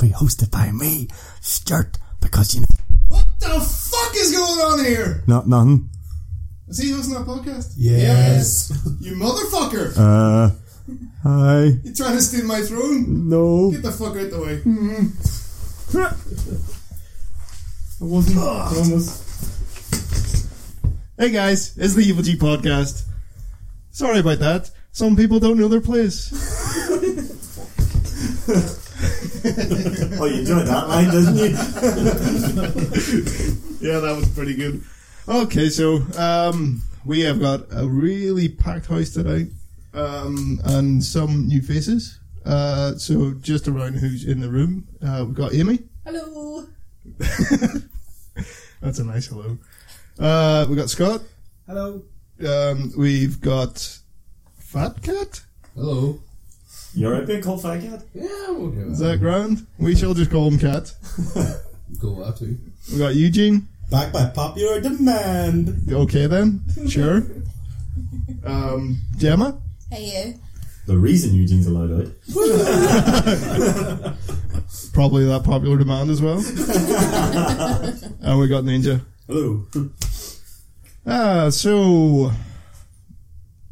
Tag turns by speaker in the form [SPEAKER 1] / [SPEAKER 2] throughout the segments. [SPEAKER 1] be hosted by me, Stuart, because you know.
[SPEAKER 2] What the fuck is going on here?
[SPEAKER 1] Not none.
[SPEAKER 2] Is he hosting that podcast?
[SPEAKER 1] Yes.
[SPEAKER 2] You motherfucker!
[SPEAKER 1] Uh. Hi.
[SPEAKER 2] You're trying to steal my throne?
[SPEAKER 1] No.
[SPEAKER 2] Get the fuck out the way.
[SPEAKER 3] Hmm. I wasn't.
[SPEAKER 4] Oh,
[SPEAKER 3] Almost. Hey guys, it's the Evil G podcast. Sorry about that. Some people don't know their place.
[SPEAKER 4] Oh, you enjoyed that line, didn't you?
[SPEAKER 3] Yeah, that was pretty good. Okay, so um, we have got a really packed house today, um, and some new faces. Uh, so just around who's in the room, uh, we've got Amy.
[SPEAKER 5] Hello.
[SPEAKER 3] That's a nice hello. Uh, we got Scott.
[SPEAKER 6] Hello.
[SPEAKER 3] Um, we've got Fat Cat.
[SPEAKER 6] Hello.
[SPEAKER 4] You're a big cold fat cat.
[SPEAKER 6] Yeah, we'll do
[SPEAKER 3] Is
[SPEAKER 6] that.
[SPEAKER 3] that grand? We shall just call him Cat.
[SPEAKER 6] Go up to.
[SPEAKER 3] We got Eugene.
[SPEAKER 4] Back by popular demand.
[SPEAKER 3] Okay then, sure. Um, Gemma,
[SPEAKER 5] Hey you.
[SPEAKER 4] The reason Eugene's allowed out.
[SPEAKER 3] probably that popular demand as well. and we got Ninja.
[SPEAKER 4] Hello.
[SPEAKER 3] Ah, so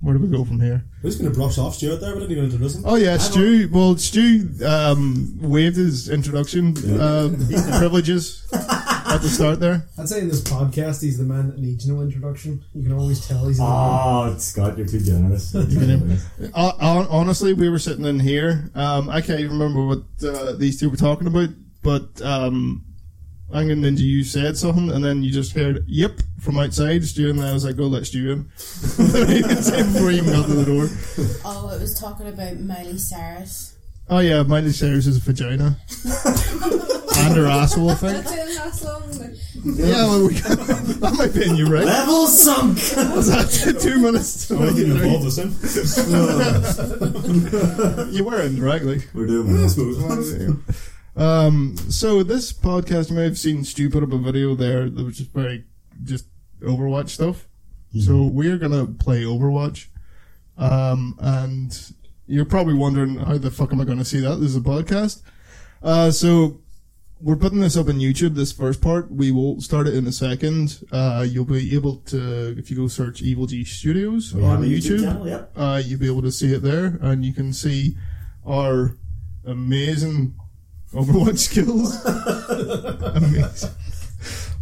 [SPEAKER 3] where do we go from here?
[SPEAKER 4] Who's going to brush off Stuart there? We didn't even introduce him.
[SPEAKER 3] Oh yeah, Stu. Well, Stu um, waived his introduction uh, privileges at the start there.
[SPEAKER 6] I'd say in this podcast, he's the man that needs no introduction. You can always tell he's.
[SPEAKER 3] Ah.
[SPEAKER 4] Oh, Scott, you're too generous.
[SPEAKER 3] Uh, hon- honestly, we were sitting in here. Um, I can't even remember what uh, these two were talking about, but um, I'm going to Ninja, you said something, and then you just heard "yep" from outside. Stu and I was like, "Go, let's Stu in." Before you even got to the door.
[SPEAKER 5] Oh, it was talking about Miley Cyrus.
[SPEAKER 3] Oh yeah, Miley Cyrus is a vagina and her asshole. I think.
[SPEAKER 5] that song.
[SPEAKER 3] Yeah, well, we got, that might be in you, right?
[SPEAKER 4] Level sunk.
[SPEAKER 3] Was that two minutes? to make it through?
[SPEAKER 4] this him.
[SPEAKER 3] You were in, right? Like.
[SPEAKER 4] We're doing this.
[SPEAKER 3] Um, so this podcast you may have seen Stu put up a video there that was just very just Overwatch stuff. So we're gonna play Overwatch. Um, and you're probably wondering how the fuck am I gonna see that? This is a podcast. Uh, so we're putting this up on YouTube, this first part. We will start it in a second. Uh, you'll be able to, if you go search Evil G Studios on YouTube
[SPEAKER 4] channel, yep.
[SPEAKER 3] uh, you'll be able to see it there, and you can see our amazing Overwatch skills. amazing.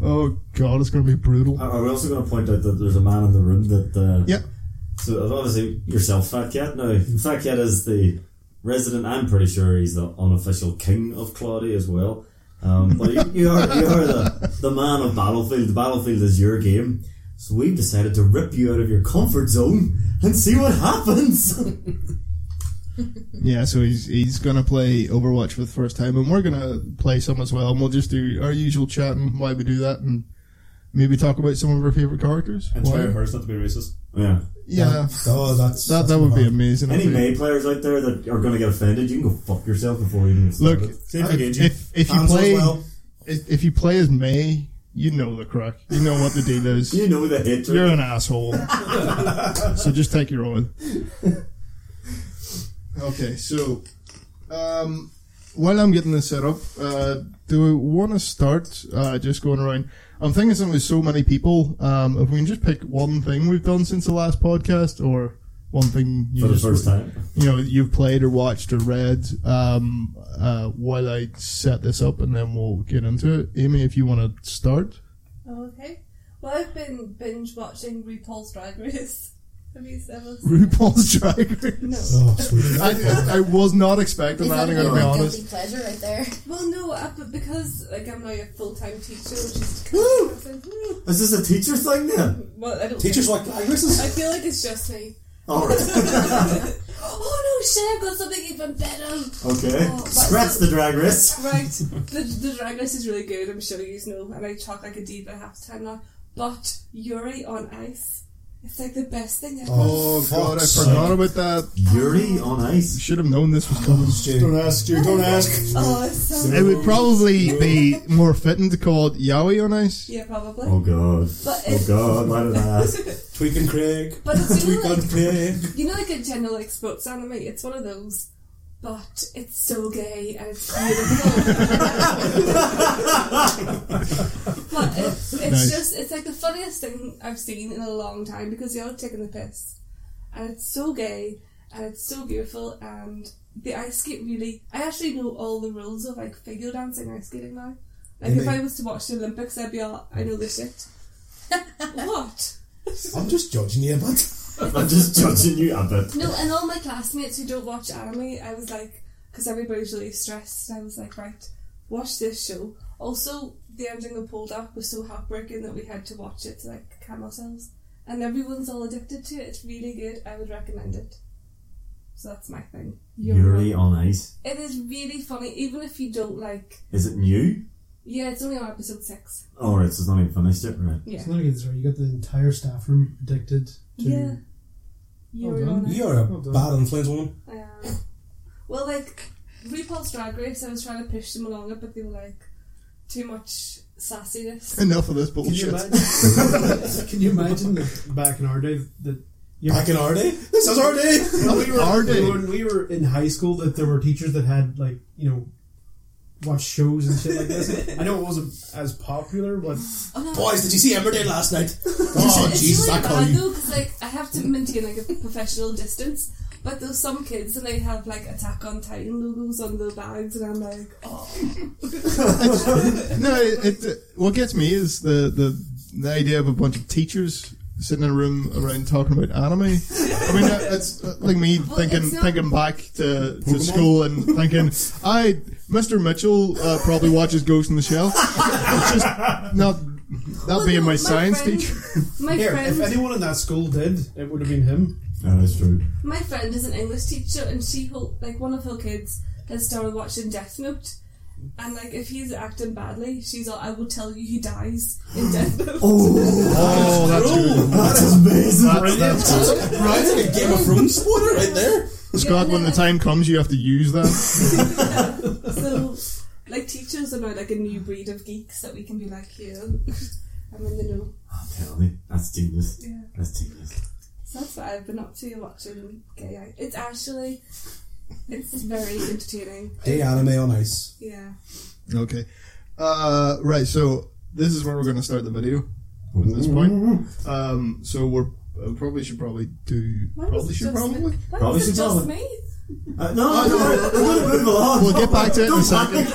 [SPEAKER 3] Oh god, it's going to be brutal.
[SPEAKER 4] Are are we also going to point out that there's a man in the room that. Uh,
[SPEAKER 3] Yeah.
[SPEAKER 4] So obviously yourself, Fat Cat. Now, Fat Cat is the resident. I'm pretty sure he's the unofficial king of Claudia as well. Um, but you, you are you are the, the man of Battlefield. The Battlefield is your game. So we've decided to rip you out of your comfort zone and see what happens.
[SPEAKER 3] Yeah, so he's he's going to play Overwatch for the first time, and we're going to play some as well, and we'll just do our usual chatting why we do that, and maybe talk about some of our favorite characters. Why?
[SPEAKER 4] hers not to be racist. Yeah.
[SPEAKER 3] Yeah,
[SPEAKER 6] Oh, that's.
[SPEAKER 3] that that would be amazing.
[SPEAKER 4] Any
[SPEAKER 3] I think.
[SPEAKER 4] May players out there that are going to get offended, you can go fuck yourself before you even
[SPEAKER 3] Look,
[SPEAKER 4] start it.
[SPEAKER 3] if if you
[SPEAKER 4] Hands as
[SPEAKER 3] play
[SPEAKER 4] well.
[SPEAKER 3] if, if you play as May, you know the crack. You know what the deal is.
[SPEAKER 4] You know the hatred.
[SPEAKER 3] You're an asshole. so just take your own. Okay, so um, while I'm getting this set up, uh, do we want to start uh, just going around? I'm thinking since there's so many people, um, if we can just pick one thing we've done since the last podcast, or one thing you
[SPEAKER 4] for the
[SPEAKER 3] just-
[SPEAKER 4] first time.
[SPEAKER 3] you know you've played or watched or read, um, uh, while I set this up, and then we'll get into it. Amy, if you want to start.
[SPEAKER 7] Oh, okay. Well, I've been binge watching RuPaul's Drag Race. Have you ever seen
[SPEAKER 3] RuPaul's Drag Race.
[SPEAKER 6] Oh, sweet.
[SPEAKER 3] I, I was not expecting that. I'm going to be honest.
[SPEAKER 5] Guilty pleasure right there.
[SPEAKER 7] Well, no, I, but because like I'm now a full time teacher, which is
[SPEAKER 4] Woo!
[SPEAKER 7] Woo!
[SPEAKER 4] Is this a teacher thing then?
[SPEAKER 7] well, I don't.
[SPEAKER 4] Teachers
[SPEAKER 7] think-
[SPEAKER 4] like languages?
[SPEAKER 7] I feel like it's just me.
[SPEAKER 4] All right.
[SPEAKER 5] Oh no, shit! I've got something even better.
[SPEAKER 4] Okay.
[SPEAKER 7] Oh, but-
[SPEAKER 4] Scratch the drag race.
[SPEAKER 7] Right, the, the Drag Race is really good. I'm sure you know, and I talk like a diva half the time now. But Yuri on ice, it's like the best thing ever.
[SPEAKER 3] Oh god, I forgot about that.
[SPEAKER 4] Yuri on ice.
[SPEAKER 3] Should have known this was coming.
[SPEAKER 4] Don't ask, Stu. Don't ask.
[SPEAKER 7] Oh, it's so
[SPEAKER 3] It would probably be more fitting to call it Yowie on Ice.
[SPEAKER 7] yeah, probably.
[SPEAKER 4] Oh god.
[SPEAKER 7] But
[SPEAKER 4] Oh
[SPEAKER 7] it's,
[SPEAKER 4] god. Why did I ask?
[SPEAKER 2] Tweak and Craig.
[SPEAKER 7] but it's really
[SPEAKER 2] Tweak
[SPEAKER 7] like
[SPEAKER 2] and Craig.
[SPEAKER 7] You know, like a general like sports anime. It's one of those. but it's so gay and it's beautiful. but it's, it's
[SPEAKER 3] Nice.
[SPEAKER 7] just, it's like the funniest thing I've seen in a long time because they're all taking the piss. And it's so gay and it's so beautiful and the ice skate really. I actually know all the rules of like figure dancing, ice skating now. Like if
[SPEAKER 6] Really?
[SPEAKER 7] I was to watch the Olympics, I'd be all, I know this shit. what?
[SPEAKER 6] I'm just judging you, but
[SPEAKER 4] I'm just judging you a bit.
[SPEAKER 7] No, and all my classmates who don't watch anime, I was like, because everybody's really stressed, and I was like, right, watch this show. Also, the ending of Pulled Up was so heartbreaking that we had to watch it to like calm ourselves. And everyone's all addicted to it. It's really good. I would recommend it. So that's my thing.
[SPEAKER 4] Yuri on Ice.
[SPEAKER 7] It is really funny, even if you don't like.
[SPEAKER 4] Is it new?
[SPEAKER 7] Yeah, it's only on episode six.
[SPEAKER 4] Oh, right, so it's not even finished yet, right?
[SPEAKER 7] Yeah,
[SPEAKER 6] it's not against her. You got the entire staff room addicted to.
[SPEAKER 7] yeah.
[SPEAKER 6] Well
[SPEAKER 7] You're
[SPEAKER 6] done.
[SPEAKER 7] on it.
[SPEAKER 1] You're a
[SPEAKER 6] Well done.
[SPEAKER 1] bad influence woman.
[SPEAKER 7] Um, well, like RuPaul's Drag Race, I was trying to push them along it, but they were like too much sassiness.
[SPEAKER 3] Enough of this
[SPEAKER 6] Can you
[SPEAKER 3] bullshit.
[SPEAKER 6] imagine? can you imagine that back in our day that you
[SPEAKER 1] Back in our day? This is our day!
[SPEAKER 6] we were,
[SPEAKER 3] Our day.
[SPEAKER 6] We were, we were in high school that there were teachers that had like you know watched shows and shit like this. I know it wasn't as popular, but
[SPEAKER 7] Oh, no.
[SPEAKER 1] Boys, did you see Emmerdale last night? Oh,
[SPEAKER 7] it's
[SPEAKER 1] Jesus,
[SPEAKER 7] really
[SPEAKER 1] I call
[SPEAKER 7] bad
[SPEAKER 1] you.
[SPEAKER 7] though, because like I have to maintain like a professional distance. But there's some kids and they have like Attack on Titan logos on their bags, and I'm like, oh,
[SPEAKER 3] no, it, it, what gets me is the, the the idea of a bunch of teachers sitting in a room around talking about anime. I mean, that, that's uh, like me
[SPEAKER 7] Well,
[SPEAKER 3] thinking
[SPEAKER 7] it's not-
[SPEAKER 3] thinking back to, to
[SPEAKER 1] Pokemon?
[SPEAKER 3] school and thinking, I Mr. Mitchell uh, probably watches Ghost in the Shell. It's just not that
[SPEAKER 7] Well,
[SPEAKER 3] being
[SPEAKER 7] no,
[SPEAKER 3] my,
[SPEAKER 7] my
[SPEAKER 3] science
[SPEAKER 7] friend-
[SPEAKER 3] teacher.
[SPEAKER 7] my
[SPEAKER 6] here, if
[SPEAKER 7] friend,
[SPEAKER 6] anyone in that school did, it would have been him.
[SPEAKER 4] Yeah, that's true.
[SPEAKER 7] my friend is an English teacher, and she hol- like one of her kids has started watching Death Note. And like, if he's acting badly, she's all, "I will tell you he dies in Death Note."
[SPEAKER 3] Oh, that's good.
[SPEAKER 4] That's
[SPEAKER 3] That's,
[SPEAKER 4] amazing.
[SPEAKER 3] that's good.
[SPEAKER 1] Right, it's like a Game of Thrones spoiler right there.
[SPEAKER 3] Scott, when the time comes, you have to use that.
[SPEAKER 7] So, like, teachers are now like a new breed of geeks that we can be like, here, I'm in the know.
[SPEAKER 4] I'm telling you, that's genius.
[SPEAKER 7] Yeah.
[SPEAKER 4] That's genius.
[SPEAKER 7] So that's what I've been up to watching gay. Eye. It's actually, it's very entertaining.
[SPEAKER 1] Day anime on ice.
[SPEAKER 7] Yeah.
[SPEAKER 3] Okay. Uh, right, so this is where we're going to start the video. At this point, um, so we're uh, probably should probably do
[SPEAKER 7] Why was
[SPEAKER 3] probably
[SPEAKER 7] it
[SPEAKER 3] should
[SPEAKER 7] just
[SPEAKER 3] probably.
[SPEAKER 7] Me? Why
[SPEAKER 4] Probably
[SPEAKER 7] was it
[SPEAKER 4] should
[SPEAKER 7] just
[SPEAKER 4] probably.
[SPEAKER 7] me?
[SPEAKER 4] Uh, no, no, we're going to move along.
[SPEAKER 3] We'll get back to it in a
[SPEAKER 4] Don't
[SPEAKER 3] second.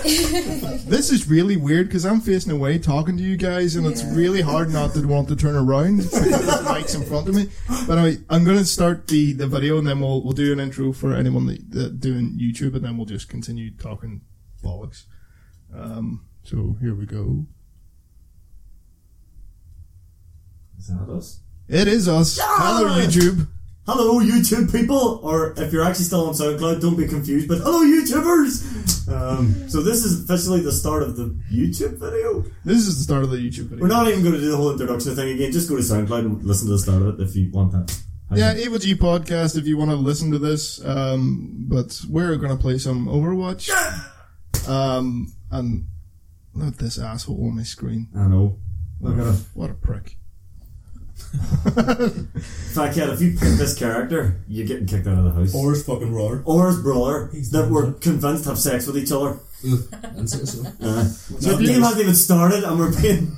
[SPEAKER 4] panic.
[SPEAKER 3] This is really weird because I'm facing away talking to you guys, and it's
[SPEAKER 7] Yeah.
[SPEAKER 3] really hard not to want to turn around. There's mics in front of me, but anyway, I'm going to start the, the video, and then we'll we'll do an intro for anyone that, that doing YouTube, and then we'll just continue talking bollocks. Um, so here we go.
[SPEAKER 4] Is that us?
[SPEAKER 3] It is us. Hello, YouTube.
[SPEAKER 4] Hello, YouTube people, or if you're actually still on SoundCloud, don't be confused. But hello, YouTubers. Um, so this is officially the start of the YouTube video.
[SPEAKER 3] This is the start of the YouTube video.
[SPEAKER 4] We're not even going to do the whole introduction thing again. Just go to SoundCloud and listen to the start of it if you want that.
[SPEAKER 3] Yeah, Evil G podcast. If you want to listen to this, um, but we're going to play some Overwatch. Um, and not this asshole on my screen.
[SPEAKER 4] I know.
[SPEAKER 3] What
[SPEAKER 4] Look at
[SPEAKER 3] a,
[SPEAKER 4] him.
[SPEAKER 3] what a prick.
[SPEAKER 4] Fackhead, if you pick this character, you're getting kicked out of the house.
[SPEAKER 1] Oars fucking roar.
[SPEAKER 4] or his brother
[SPEAKER 6] He's
[SPEAKER 4] that
[SPEAKER 6] not
[SPEAKER 4] were
[SPEAKER 6] dead.
[SPEAKER 4] convinced to have sex with each other.
[SPEAKER 1] And so, so.
[SPEAKER 4] Uh, so
[SPEAKER 1] Not
[SPEAKER 4] if you
[SPEAKER 1] dead.
[SPEAKER 4] haven't even started and we're being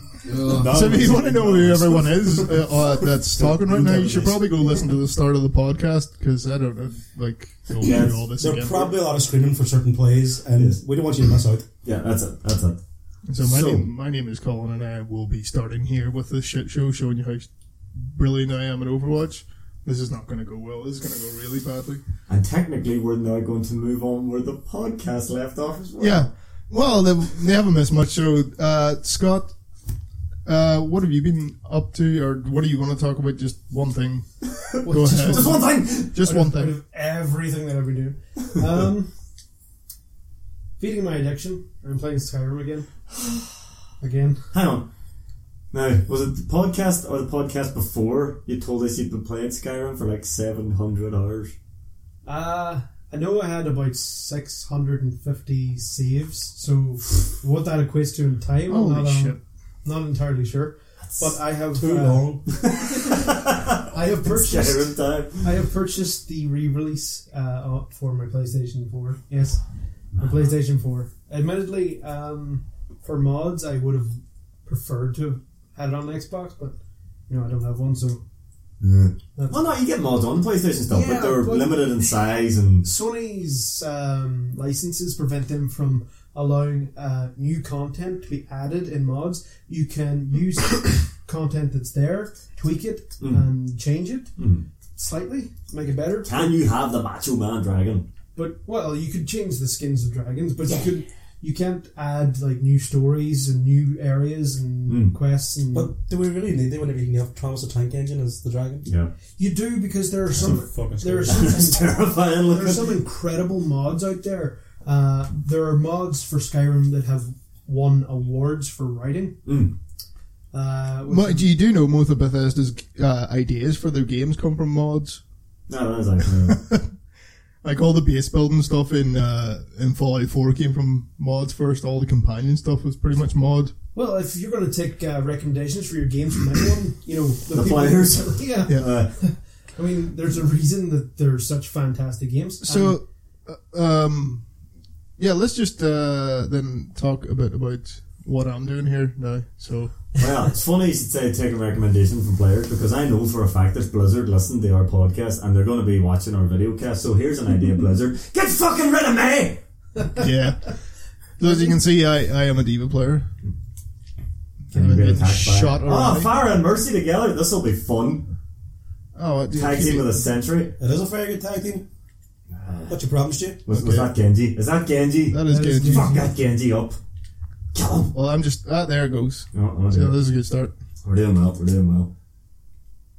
[SPEAKER 3] So if you want to know who everyone is uh, uh, that's talking right now, you should probably go listen to the start of the podcast because I don't know, like go
[SPEAKER 4] Yes.
[SPEAKER 3] through all this
[SPEAKER 1] There
[SPEAKER 3] again.
[SPEAKER 1] are probably a lot of screaming for certain plays, and
[SPEAKER 4] Yes.
[SPEAKER 1] we don't want you to miss out.
[SPEAKER 4] yeah, that's it. That's it.
[SPEAKER 3] So my,
[SPEAKER 4] So-
[SPEAKER 3] name, my name is Colin, and I will be starting here with this shit show, showing you how brilliant I am at Overwatch. This is not going to go well. This is going to go really badly.
[SPEAKER 4] And technically, we're now going to move on where the podcast left off as well.
[SPEAKER 3] Yeah. Well, they, they haven't missed much. So, uh, Scott, uh, what have you been up to, or what do you want to talk about? Just one thing. go ahead.
[SPEAKER 4] Just one thing.
[SPEAKER 3] Just
[SPEAKER 6] out
[SPEAKER 3] one
[SPEAKER 6] of, out
[SPEAKER 3] thing.
[SPEAKER 6] of everything that I've been doing. Um, feeding my addiction. I'm playing Skyrim again. Again.
[SPEAKER 4] Hang on. Now, was it the podcast or the podcast before you told us you'd been playing Skyrim for like 700 hours?
[SPEAKER 6] Uh, I know I had about 650 saves, so what that equates to in time,
[SPEAKER 3] Holy
[SPEAKER 6] not, um,
[SPEAKER 3] shit.
[SPEAKER 6] not entirely sure. But I have
[SPEAKER 1] Too
[SPEAKER 6] uh,
[SPEAKER 1] long.
[SPEAKER 6] I have purchased.
[SPEAKER 4] Skyrim time.
[SPEAKER 6] I have purchased the re-release uh, for my PlayStation 4. Yes, my
[SPEAKER 4] Uh-huh.
[SPEAKER 6] PlayStation 4. Admittedly, um, for mods, I would have preferred to have had it on Xbox, but you know I don't have one, so
[SPEAKER 4] Well, no, you get mods on PlayStation stuff,
[SPEAKER 6] Yeah,
[SPEAKER 4] but they're
[SPEAKER 6] but-
[SPEAKER 4] limited in size and
[SPEAKER 6] Sony's um, licenses prevent them from allowing uh, new content to be added in mods. You can use content that's there, tweak it,
[SPEAKER 4] Mm.
[SPEAKER 6] and change it
[SPEAKER 4] Mm.
[SPEAKER 6] slightly, make it better.
[SPEAKER 4] Can you have the Macho Man Dragon?
[SPEAKER 6] But well, you could change the skins of dragons, but you could you can't add like new stories and new areas and
[SPEAKER 4] Mm.
[SPEAKER 6] quests. And
[SPEAKER 8] But do we really need it whenever you can have Thomas the Tank Engine as the dragon?
[SPEAKER 4] Yeah.
[SPEAKER 6] you do because there are some
[SPEAKER 9] fucking
[SPEAKER 6] there are
[SPEAKER 9] scary.
[SPEAKER 6] some
[SPEAKER 4] It's terrifying
[SPEAKER 6] there are
[SPEAKER 4] looking.
[SPEAKER 6] some incredible mods out there. Uh, there are mods for Skyrim that have won awards for writing.
[SPEAKER 4] Mm.
[SPEAKER 6] Uh, which-
[SPEAKER 3] But you do know most of Bethesda's uh, ideas for their games come from mods.
[SPEAKER 4] No, that is actually.
[SPEAKER 3] Like all the base building stuff in uh, in Fallout 4 came from mods first. All the companion stuff was pretty much mod.
[SPEAKER 6] well, if you're going to take uh, recommendations for your games from anyone, you know the,
[SPEAKER 4] The
[SPEAKER 6] people-
[SPEAKER 4] players.
[SPEAKER 6] Yeah,
[SPEAKER 3] Yeah.
[SPEAKER 4] Uh,
[SPEAKER 6] I mean, there's a reason that they're such fantastic games. And-
[SPEAKER 3] So, uh, um, yeah, let's just uh, then talk a bit about what I'm doing here now. So,
[SPEAKER 4] well, it's funny you should say take a recommendation from players because I know for a fact that Blizzard listened to our podcast and they're going to be watching our video cast. So here's an idea, Blizzard: get fucking rid of me.
[SPEAKER 3] yeah. So as you can see, I, I am a diva player.
[SPEAKER 4] Can you get
[SPEAKER 3] Getting
[SPEAKER 4] attacked by?
[SPEAKER 3] shot
[SPEAKER 4] oh,
[SPEAKER 3] already.
[SPEAKER 4] Fire and Mercy together. This will be fun.
[SPEAKER 3] Oh, it-
[SPEAKER 4] Tag team with a sentry.
[SPEAKER 8] It is a very good tag team. What's your problem, Stu?
[SPEAKER 4] Was, was that Genji? Is that Genji?
[SPEAKER 3] that is
[SPEAKER 6] That is
[SPEAKER 3] good.
[SPEAKER 4] Fuck that Genji up. Kill him.
[SPEAKER 3] Well, I'm just ah, there it goes.
[SPEAKER 4] No, no,
[SPEAKER 3] So
[SPEAKER 4] no.
[SPEAKER 3] this is a good start.
[SPEAKER 4] We're doing well. We're doing well.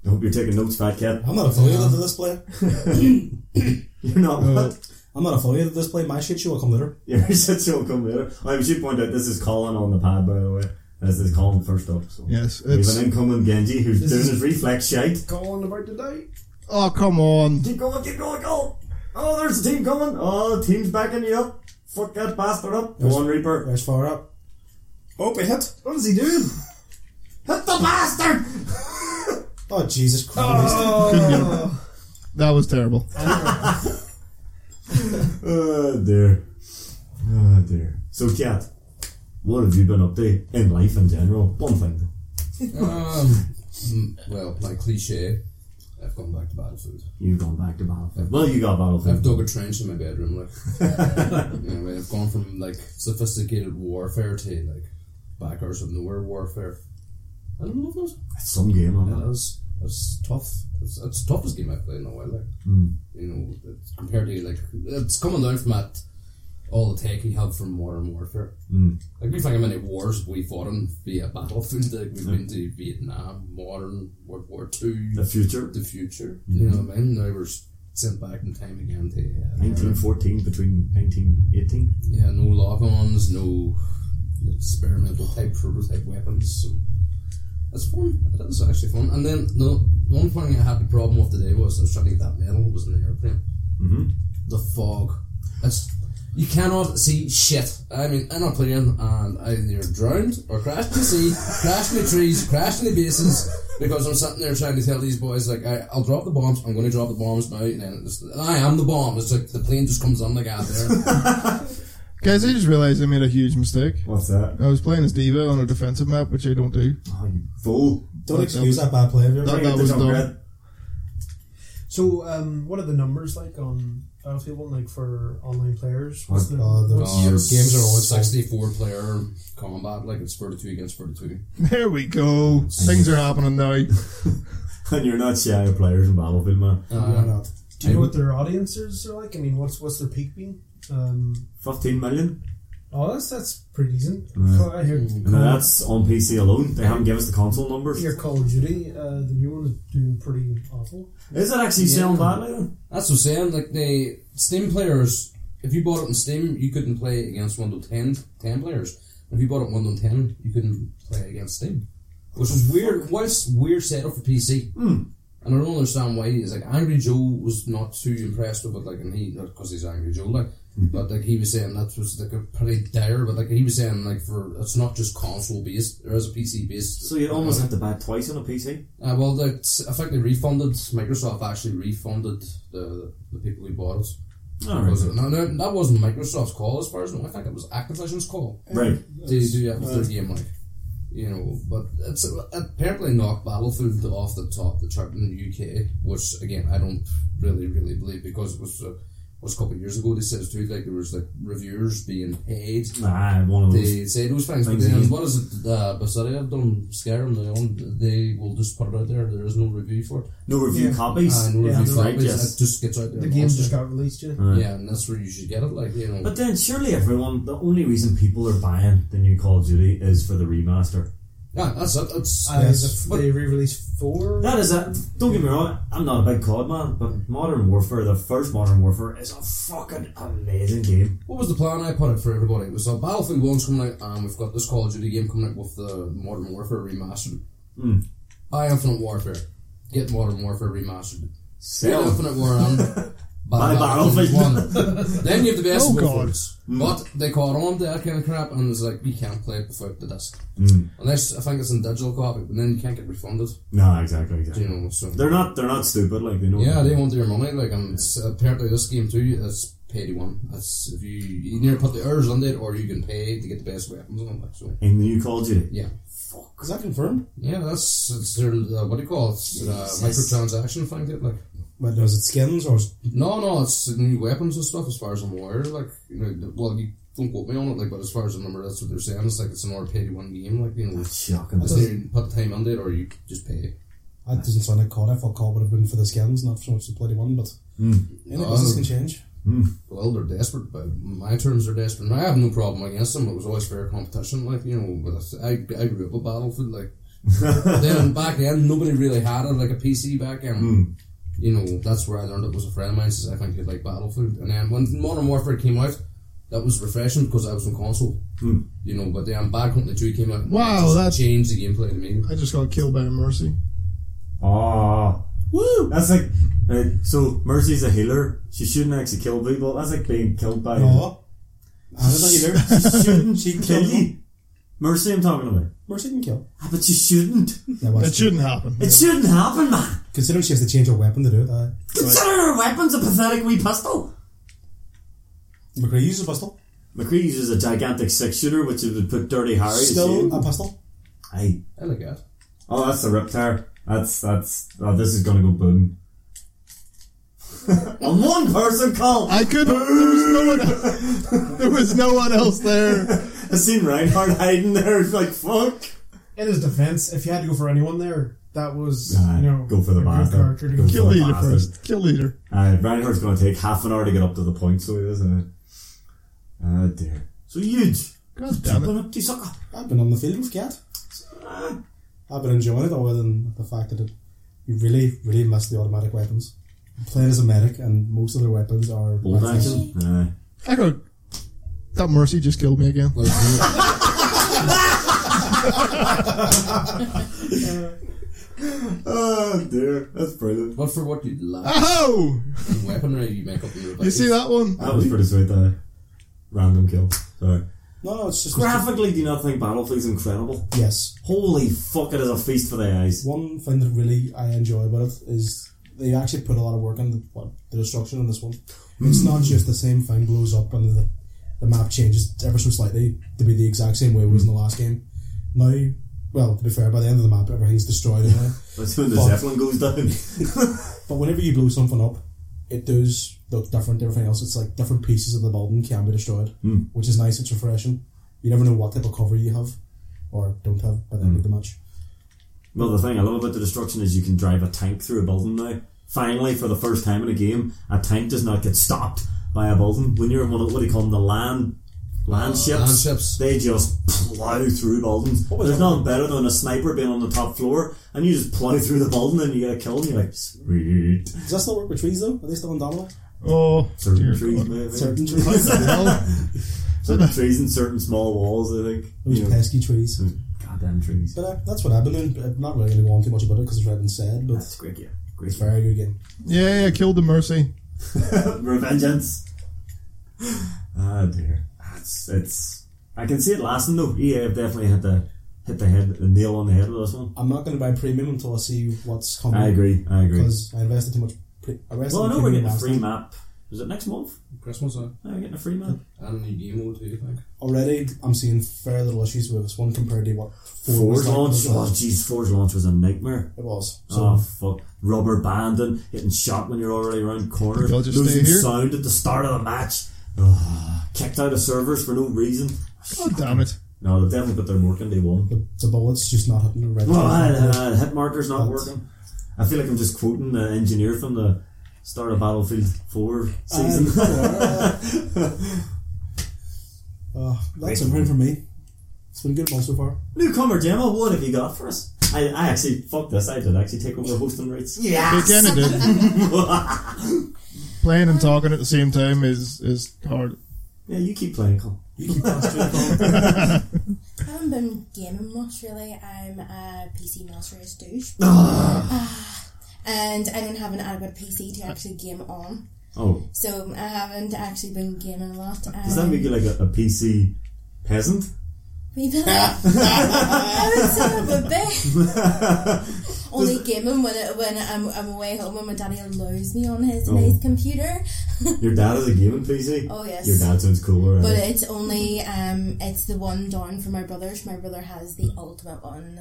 [SPEAKER 4] I hope you're taking notes, fat cat.
[SPEAKER 8] I'm not affiliated with this play.
[SPEAKER 4] You're not.
[SPEAKER 3] Uh,
[SPEAKER 8] I'm not affiliated with this play. My shit show will come later.
[SPEAKER 4] Yeah, we should still come later. Oh, we should point out this is Colin on the pad, by the way. This is Colin first up. So.
[SPEAKER 3] Yes,
[SPEAKER 4] We have
[SPEAKER 3] it's-
[SPEAKER 4] an incoming Genji who's
[SPEAKER 6] This
[SPEAKER 4] doing
[SPEAKER 6] is-
[SPEAKER 4] his reflex shite.
[SPEAKER 6] Colin about today.
[SPEAKER 3] Oh come on!
[SPEAKER 4] Keep going, keep going, go! Oh, there's a team coming. Oh, team's backing you up. Fuck that bastard up. Go on, Reaper.
[SPEAKER 8] There's fire up.
[SPEAKER 9] Oh, we hit.
[SPEAKER 6] What is he doing?
[SPEAKER 4] Hit the bastard!
[SPEAKER 8] Oh, Jesus Christ.
[SPEAKER 6] Oh.
[SPEAKER 3] That was terrible.
[SPEAKER 4] Oh, dear. Oh, dear. So, Cat, what have you been up to in life in general? One thing.
[SPEAKER 10] Um, mm, well, like cliche, I've gone back to Battlefield.
[SPEAKER 4] You've gone back to Battlefield. Well, you got Battlefield.
[SPEAKER 10] I've dug a trench in my bedroom, like. anyway, I've gone from like sophisticated warfare to like backers of nowhere warfare. I don't know if
[SPEAKER 4] It's some game, I
[SPEAKER 10] it
[SPEAKER 4] know.
[SPEAKER 10] is. It's tough. It's, it's the toughest game I've played in a while. Like,
[SPEAKER 4] Mm.
[SPEAKER 10] you know, it's compared to like it's coming down from that all the tech you have from modern warfare.
[SPEAKER 4] Mm.
[SPEAKER 10] Like we think of many wars we fought in via battlefield. Like we've been to Vietnam, modern World War Two,
[SPEAKER 4] The future.
[SPEAKER 10] the future. You know what I mean? Now we're sent back in time again to uh,
[SPEAKER 4] 1914 between 1918.
[SPEAKER 10] yeah, no lock-ons, no experimental type prototype weapons. So it's fun. It is actually fun. And then the one thing I had the problem with today was I was trying to get that medal. It was in the airplane.
[SPEAKER 4] Mhm.
[SPEAKER 10] The fog. It's you cannot see shit. I mean, in a plane, and I either drowned or crashed to sea, crashed in the trees, crashed in the bases, because I'm sitting there trying to tell these boys, like, I, I'll drop the bombs, I'm going to drop the bombs now, and then it's, I am the bomb. It's like the plane just comes on like out there.
[SPEAKER 3] Guys, I just realised I made a huge mistake.
[SPEAKER 4] What's that?
[SPEAKER 3] I was playing as diva on a defensive map, which I don't do.
[SPEAKER 4] Oh, you fool.
[SPEAKER 8] Don't excuse that bad play of yours.
[SPEAKER 3] That-
[SPEAKER 4] Bring out
[SPEAKER 3] that
[SPEAKER 4] the
[SPEAKER 3] was
[SPEAKER 4] jump
[SPEAKER 3] dumb.
[SPEAKER 4] red.
[SPEAKER 6] So, um, what are the numbers like on Battlefield One, like for online players? What's the
[SPEAKER 8] Uh, the
[SPEAKER 10] Uh,
[SPEAKER 8] games are always fun.
[SPEAKER 10] 64 player combat, like it's 42 against 42.
[SPEAKER 3] There we go. Things are happening now.
[SPEAKER 4] And you're not shy of players in Battlefield, man.
[SPEAKER 8] Why
[SPEAKER 10] Uh,
[SPEAKER 8] not?
[SPEAKER 6] Do you know what their audiences are like? I mean, what's what's their peak been? Um,
[SPEAKER 4] 15 million?
[SPEAKER 6] oh, that's that's pretty decent.
[SPEAKER 4] Yeah.
[SPEAKER 6] Well, I hear
[SPEAKER 8] Mm-hmm.
[SPEAKER 4] And that's on PC alone. They haven't given us the console
[SPEAKER 6] I
[SPEAKER 4] numbers.
[SPEAKER 6] hear Call of Duty, uh, the new one is doing pretty awful.
[SPEAKER 4] Is it actually
[SPEAKER 10] Yeah.
[SPEAKER 4] selling badly then?
[SPEAKER 10] that's what I'm saying. Like the Steam players, if you bought it on Steam, you couldn't play against Windows 10, 10 players. If you bought it Windows 10, you couldn't play against Steam, which is weird. Whilst weird setup for PC,
[SPEAKER 4] Hmm.
[SPEAKER 10] And I don't understand why he's like Angry Joe was not too impressed with it, like, and he because he's Angry Joe, like,
[SPEAKER 4] Hmm.
[SPEAKER 10] but like he was saying that was like a pretty dire, but like he was saying like for it's not just console based, there is a PC based.
[SPEAKER 4] So you almost have to buy twice on a PC.
[SPEAKER 10] Uh, well, that's effectively refunded. Microsoft actually refunded the the people who bought it.
[SPEAKER 4] All
[SPEAKER 10] Was it? No, no, that wasn't Microsoft's call as far as I know. I think it was Activision's call.
[SPEAKER 4] Right.
[SPEAKER 10] They do that with their game like, you know. But it's apparently knocked Battlefield off the top of the chart in the UK, which again I don't really really believe because it was. Uh, was a couple of years ago they said too like there was like reviewers being paid
[SPEAKER 4] Nah, one of those.
[SPEAKER 10] they say those things but
[SPEAKER 4] Things
[SPEAKER 10] then
[SPEAKER 4] you-
[SPEAKER 10] what is it uh, Basaria have done scare them they, own, they will just put it out there there is no review for it
[SPEAKER 4] No review
[SPEAKER 11] Yeah.
[SPEAKER 4] copies.
[SPEAKER 10] Ah, no
[SPEAKER 11] Yeah,
[SPEAKER 10] review
[SPEAKER 11] that's
[SPEAKER 10] for it.
[SPEAKER 4] right, yes.
[SPEAKER 10] it just gets out there
[SPEAKER 11] The
[SPEAKER 10] and
[SPEAKER 11] game
[SPEAKER 10] launched
[SPEAKER 11] just
[SPEAKER 10] it.
[SPEAKER 11] got released, yeah.
[SPEAKER 4] Right.
[SPEAKER 10] yeah and that's where you should get it like you know
[SPEAKER 4] But then surely everyone, the only reason people are buying the new Call of Duty is for the remaster.
[SPEAKER 10] Yeah, that's it. It's,
[SPEAKER 11] Uh,
[SPEAKER 6] Yes.
[SPEAKER 11] the- They re released four.
[SPEAKER 4] That is it. Don't get me wrong, I'm not a big COD man, but Modern Warfare, the first Modern Warfare, is a fucking amazing game.
[SPEAKER 10] what was the plan I put it for everybody? It was a Battlefield 1's coming out, and we've got this Call of Duty game coming out with the Modern Warfare remastered.
[SPEAKER 4] Hmm.
[SPEAKER 10] Buy Infinite Warfare. Get Modern Warfare remastered. Get
[SPEAKER 4] Sell.
[SPEAKER 10] Infinite War and
[SPEAKER 4] Buy
[SPEAKER 10] buy Battlefield
[SPEAKER 4] Battlefield.
[SPEAKER 10] 1. then you have the best
[SPEAKER 3] Oh,
[SPEAKER 10] of both
[SPEAKER 3] God.
[SPEAKER 10] worlds. But they caught on to that kind of crap and was like, we can't play it without the disc.
[SPEAKER 4] Mm.
[SPEAKER 10] Unless, I think it's in digital copy, but then you can't get refunded.
[SPEAKER 4] No, exactly,
[SPEAKER 10] You
[SPEAKER 4] exactly.
[SPEAKER 10] know, so.
[SPEAKER 4] They're not. They're not stupid. Like they know.
[SPEAKER 10] Yeah, they want their money. Like, and it's, apparently this game too is pay to one. That's if you you either put the hours on it or you can pay to get the best weapons on it. So
[SPEAKER 4] In the new Call of Duty.
[SPEAKER 10] yeah,
[SPEAKER 6] Is that confirmed?
[SPEAKER 10] yeah, that's it's their uh, what do you call it? It's, uh, microtransaction thing. That like
[SPEAKER 6] But is it skins or is
[SPEAKER 10] no, no, it's new weapons and stuff. As far as I'm aware, like you know, the- well, you don't quote me on it. Like, but as far as I remember, that's what they're saying. It's like it's another pay to one game. Like you know,
[SPEAKER 4] That's shocking.
[SPEAKER 10] it's either you put the time on it or you just pay.
[SPEAKER 6] that doesn't sound like COD? I thought COD would have been for the skins, not so much the bloody one. But
[SPEAKER 4] Hmm.
[SPEAKER 6] any
[SPEAKER 10] No,
[SPEAKER 6] business
[SPEAKER 10] I
[SPEAKER 4] Oh.
[SPEAKER 6] can
[SPEAKER 10] don't-
[SPEAKER 6] change.
[SPEAKER 10] well, they're desperate, but my terms are desperate. And I have no problem against them. It was always fair competition, like, you know, but I, I grew up a Battlefield, like, then back then, nobody really had it, like a PC back then. You know, that's where I learned it was a friend of mine, says I think he'd like Battlefield. And then when Modern Warfare came out, that was refreshing because I was on console.
[SPEAKER 4] Hmm.
[SPEAKER 10] You know, but then Bad Company 2 came out. and
[SPEAKER 3] Wow,
[SPEAKER 10] it just
[SPEAKER 3] that's-
[SPEAKER 10] changed the gameplay to me.
[SPEAKER 3] I just got killed by a mercy.
[SPEAKER 4] Ah, woo! That's like. uh, so Mercy's a healer. She shouldn't actually kill people. That's like being killed by.
[SPEAKER 6] No. And it's a healer.
[SPEAKER 4] She shouldn't. She
[SPEAKER 6] Kill
[SPEAKER 4] kill you. Mercy, I'm talking about.
[SPEAKER 6] Mercy can kill.
[SPEAKER 4] Ah, But she shouldn't.
[SPEAKER 6] Yeah, well,
[SPEAKER 3] It shouldn't happen.
[SPEAKER 4] It shouldn't happen, man.
[SPEAKER 6] considering she has to change her weapon to do it, uh,
[SPEAKER 4] Consider her weapon's a pathetic wee pistol.
[SPEAKER 6] McCree uses a pistol.
[SPEAKER 4] McCree uses a gigantic six shooter, which would put Dirty Harry. to shame.
[SPEAKER 6] Still a pistol.
[SPEAKER 4] Aye.
[SPEAKER 10] I like that.
[SPEAKER 4] Oh, that's the rip tear. That's that's. Oh, this is gonna go boom. On one person call.
[SPEAKER 3] I couldn't. There was no one. there was no one else there.
[SPEAKER 4] I seen Reinhardt hiding there. It's like fuck.
[SPEAKER 11] In his defense, if you had to go for anyone there, that was,
[SPEAKER 4] Nah,
[SPEAKER 11] you know,
[SPEAKER 4] go for the
[SPEAKER 11] a good
[SPEAKER 4] bastard.
[SPEAKER 11] character to
[SPEAKER 4] Go
[SPEAKER 11] go
[SPEAKER 3] Kill
[SPEAKER 4] What a
[SPEAKER 3] leader
[SPEAKER 4] bastard.
[SPEAKER 3] first. Kill leader.
[SPEAKER 4] Uh, Reinhardt's going to take half an hour to get up to the point, so isn't it? Ah, dear. So huge.
[SPEAKER 3] God damn it.
[SPEAKER 4] Going up to sucker.
[SPEAKER 6] I've been on the field with Cat. I've been enjoying it, other than the fact that it, you really, really miss the automatic weapons. I'm playing as a medic, and most of their weapons are
[SPEAKER 4] Bold
[SPEAKER 6] rifles.
[SPEAKER 4] action. Aye.
[SPEAKER 3] I got. That mercy just killed me again.
[SPEAKER 10] Like, you know,
[SPEAKER 4] Oh dear, that's brilliant.
[SPEAKER 10] but for what you lack
[SPEAKER 3] Oh!
[SPEAKER 10] in weaponry, you make up in your
[SPEAKER 3] You
[SPEAKER 10] abilities.
[SPEAKER 3] see that one?
[SPEAKER 4] That was pretty sweet. There. Random kill. Sorry.
[SPEAKER 6] No, no, it's just
[SPEAKER 4] Graphically, do you not think Battlefield's incredible?
[SPEAKER 6] yes.
[SPEAKER 4] Holy fuck! It is a feast for the eyes.
[SPEAKER 6] One thing that really I enjoy about it is they actually put a lot of work into what, the destruction in this one. It's not just the same thing blows up and the, the map changes ever so slightly to be the exact same way it was in the last game. Now, well, to be fair, by the end of the map, everything's destroyed anyway.
[SPEAKER 4] That's when the
[SPEAKER 6] Fuck.
[SPEAKER 4] Zeppelin goes down.
[SPEAKER 6] But whenever you blow something up, it does look different to everything else. It's like different pieces of the building can be destroyed,
[SPEAKER 4] Hmm.
[SPEAKER 6] which is nice. It's refreshing. You never know what type of cover you have or don't have by the end of the
[SPEAKER 4] Hmm.
[SPEAKER 6] match.
[SPEAKER 4] Well, the thing I love about the destruction is you can drive a tank through a building now. Finally, for the first time in a game, a tank does not get stopped by a building. When you're in one of what do you call them, the land Uh, land, ships,
[SPEAKER 10] land ships.
[SPEAKER 4] they just plow through buildings.
[SPEAKER 6] was
[SPEAKER 4] There's
[SPEAKER 6] that?
[SPEAKER 4] nothing better than a sniper being on the top floor and you just plow through the building and you get a kill. And you're like, sweet,
[SPEAKER 6] Does that still work with trees though? Are they still in domino?
[SPEAKER 3] Oh,
[SPEAKER 4] certain
[SPEAKER 3] dear
[SPEAKER 4] trees,
[SPEAKER 3] God.
[SPEAKER 4] maybe.
[SPEAKER 6] Certain
[SPEAKER 4] certain,
[SPEAKER 6] trees.
[SPEAKER 3] Hell.
[SPEAKER 4] trees and certain small walls. I think.
[SPEAKER 6] Those
[SPEAKER 4] You know,
[SPEAKER 6] pesky trees.
[SPEAKER 4] Hmm. goddamn trees.
[SPEAKER 6] But uh, that's what I've been doing. I'm not really going to go on too much about it because it's already been said. But
[SPEAKER 4] That's great, yeah. Great.
[SPEAKER 6] Very good game.
[SPEAKER 3] Yeah, I killed the Mercy.
[SPEAKER 4] Revengeance. Ah dear. It's, it's I can see it lasting though. EA have definitely hit the hit the head the nail on the head with this one.
[SPEAKER 6] I'm not going to buy premium until I see what's coming.
[SPEAKER 4] I agree, I agree.
[SPEAKER 6] Because I invested too much. Pre- I invested
[SPEAKER 4] Well I
[SPEAKER 6] in
[SPEAKER 4] know we're
[SPEAKER 6] premium
[SPEAKER 4] getting a
[SPEAKER 6] last
[SPEAKER 4] free
[SPEAKER 6] time.
[SPEAKER 4] map. Is it next month?
[SPEAKER 10] Christmas, huh?
[SPEAKER 4] Are we getting a free map?
[SPEAKER 10] And a new game mode, do you think?
[SPEAKER 6] Already, I'm seeing fair little issues with this one compared to what four
[SPEAKER 4] Forge
[SPEAKER 6] was like.
[SPEAKER 4] launch. Oh jeez, Forge launch was a nightmare.
[SPEAKER 6] It was. So
[SPEAKER 4] oh fuck! Rubber banding, getting shot when you're already around corners,
[SPEAKER 3] Y'all just stay
[SPEAKER 4] losing
[SPEAKER 3] here?
[SPEAKER 4] sound at the start of the match, Ugh, kicked out of servers for no reason.
[SPEAKER 3] Oh, damn it.
[SPEAKER 4] No, they've definitely put their work in. They won.
[SPEAKER 6] the, the bullets just not hitting the red.
[SPEAKER 4] Well, I,
[SPEAKER 6] button.
[SPEAKER 4] uh, hit marker's not
[SPEAKER 6] That's-
[SPEAKER 4] working. I feel like I'm just quoting the engineer from the start of Battlefield Four season.
[SPEAKER 6] Uh, that's
[SPEAKER 4] Great.
[SPEAKER 6] everything for me. It's been a good one so far.
[SPEAKER 4] Newcomer Gemma, what have you got for us? I, I actually fuck this. I did actually take over hosting rights. Yeah.
[SPEAKER 3] They kind of did. Playing and talking at the same time is, is hard.
[SPEAKER 4] Yeah, you keep playing, Colin.
[SPEAKER 6] You keep concentrating.
[SPEAKER 12] I haven't been gaming much really. I'm a PC master as douche.
[SPEAKER 4] Ah.
[SPEAKER 12] Ah, and I don't have an adequate PC to actually game on.
[SPEAKER 4] Oh,
[SPEAKER 12] So I haven't actually been gaming a lot. Um,
[SPEAKER 4] does that make you like a, a PC peasant?
[SPEAKER 12] we been- Um, I would say I'm a bit. Only gaming when, it, when I'm, I'm away home and my daddy allows me on his
[SPEAKER 4] Oh.
[SPEAKER 12] nice computer.
[SPEAKER 4] Your dad is a gaming PC.
[SPEAKER 12] Oh, yes.
[SPEAKER 4] Your dad sounds cooler.
[SPEAKER 12] But
[SPEAKER 4] eh?
[SPEAKER 12] it's only um, it's the one down from my brother's. My brother has the ultimate one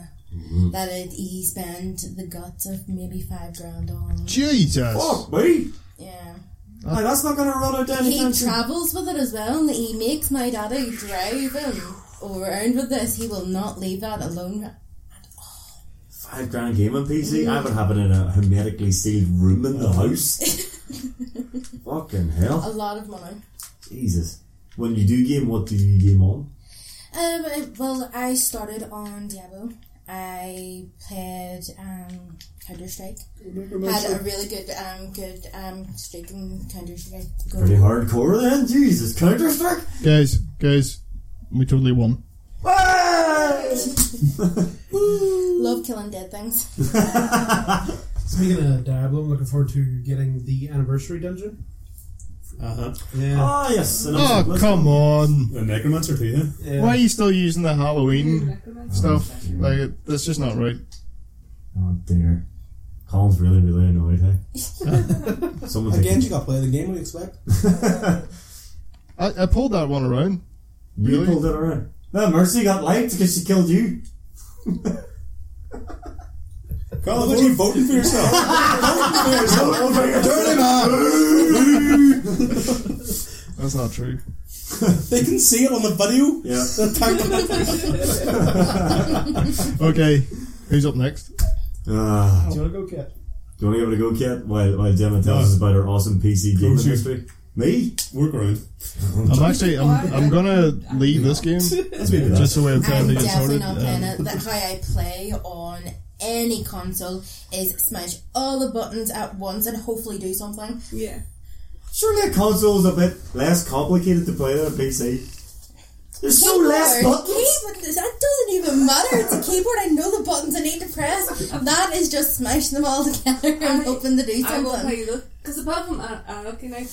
[SPEAKER 12] that it, he spent the guts of maybe five grand on.
[SPEAKER 3] Jesus.
[SPEAKER 4] Fuck me!
[SPEAKER 12] Yeah,
[SPEAKER 4] Aye, that's not gonna run out to
[SPEAKER 12] he
[SPEAKER 4] anytime soon.
[SPEAKER 12] travels with it as well. and He makes my daddy drive him around with this. He will not leave that alone.
[SPEAKER 4] Five grand gaming PC? I would have it in a hermetically sealed room in the house. Fucking
[SPEAKER 12] A
[SPEAKER 4] hell.
[SPEAKER 12] lot of money.
[SPEAKER 4] Jesus. When you do game, what do you game on?
[SPEAKER 12] Um, I- well, I started on Diablo. I played um, Counter Strike. Had a really good um, good um, streak in Counter Strike.
[SPEAKER 4] Pretty hardcore then? Jesus. Counter Strike?
[SPEAKER 3] Guys, guys, we totally won.
[SPEAKER 12] Love killing dead things.
[SPEAKER 4] Ah,
[SPEAKER 13] Speaking of Diablo, I'm looking forward to getting the anniversary dungeon.
[SPEAKER 14] Uh-huh.
[SPEAKER 15] Uh huh.
[SPEAKER 13] Yeah.
[SPEAKER 4] Ah, yes. and I'm-
[SPEAKER 3] Oh, come on.
[SPEAKER 15] The Necromancer too, yeah.
[SPEAKER 13] yeah.
[SPEAKER 3] Why are you still using the Halloween
[SPEAKER 7] Necromancer.
[SPEAKER 3] stuff? Like, it- that's just not right.
[SPEAKER 4] Oh, dear. Colin's really, really annoyed, hey? Someone's
[SPEAKER 6] Again,
[SPEAKER 4] like,
[SPEAKER 6] you got to play the game. What do you expect?
[SPEAKER 3] I, I pulled that one around.
[SPEAKER 4] you
[SPEAKER 3] really?
[SPEAKER 4] pulled it around. No, Mercy got liked because she killed you.
[SPEAKER 15] Colin, what are you voting for yourself?
[SPEAKER 4] Oh,
[SPEAKER 6] Dirty man!
[SPEAKER 3] That's not true.
[SPEAKER 6] They can see it on the video.
[SPEAKER 4] Yeah.
[SPEAKER 6] The tag-
[SPEAKER 3] Okay, who's up next?
[SPEAKER 4] Ah.
[SPEAKER 13] Do you want to go, Kit?
[SPEAKER 4] Do you want to give it a go, Kat? While, while Gemma tells
[SPEAKER 15] Uh,
[SPEAKER 4] us about her awesome PC gaming
[SPEAKER 15] Cool, sure.
[SPEAKER 4] history? Me?
[SPEAKER 15] Work around.
[SPEAKER 3] I'm actually, I'm, I'm gonna leave this game.
[SPEAKER 4] Let's be
[SPEAKER 3] Just so we're
[SPEAKER 12] I'm
[SPEAKER 3] trying to get
[SPEAKER 12] definitely
[SPEAKER 3] sorted.
[SPEAKER 12] not
[SPEAKER 3] Um,
[SPEAKER 12] playing it. That how I play on any console is smash all the buttons at once and hopefully do something.
[SPEAKER 7] Yeah.
[SPEAKER 4] Surely a console is a bit less complicated to play than a PC. There's so less
[SPEAKER 12] Keyboard.
[SPEAKER 4] buttons.
[SPEAKER 12] Keyboard, that doesn't even matter. It's a keyboard. I know the buttons I need to press. That is just smash them all together and
[SPEAKER 7] I-
[SPEAKER 12] hoping to do
[SPEAKER 7] I will tell
[SPEAKER 12] something.
[SPEAKER 7] you though, because apart from uh, An- Anarchy Night,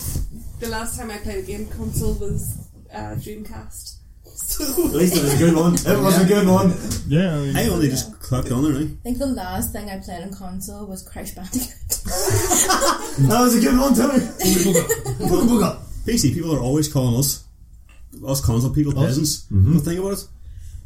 [SPEAKER 7] the last time I played a game console was uh, Dreamcast. So
[SPEAKER 4] At least it was a good one. It was a good one.
[SPEAKER 3] yeah, I mean,
[SPEAKER 15] I only just clapped on eh? it, right?
[SPEAKER 12] I think the last thing I played on console was Crash Bandicoot.
[SPEAKER 4] That was a good one too. Booga booga.
[SPEAKER 15] PC people are always calling us, us console people, peasants.
[SPEAKER 4] Mm-hmm.
[SPEAKER 15] But think about it.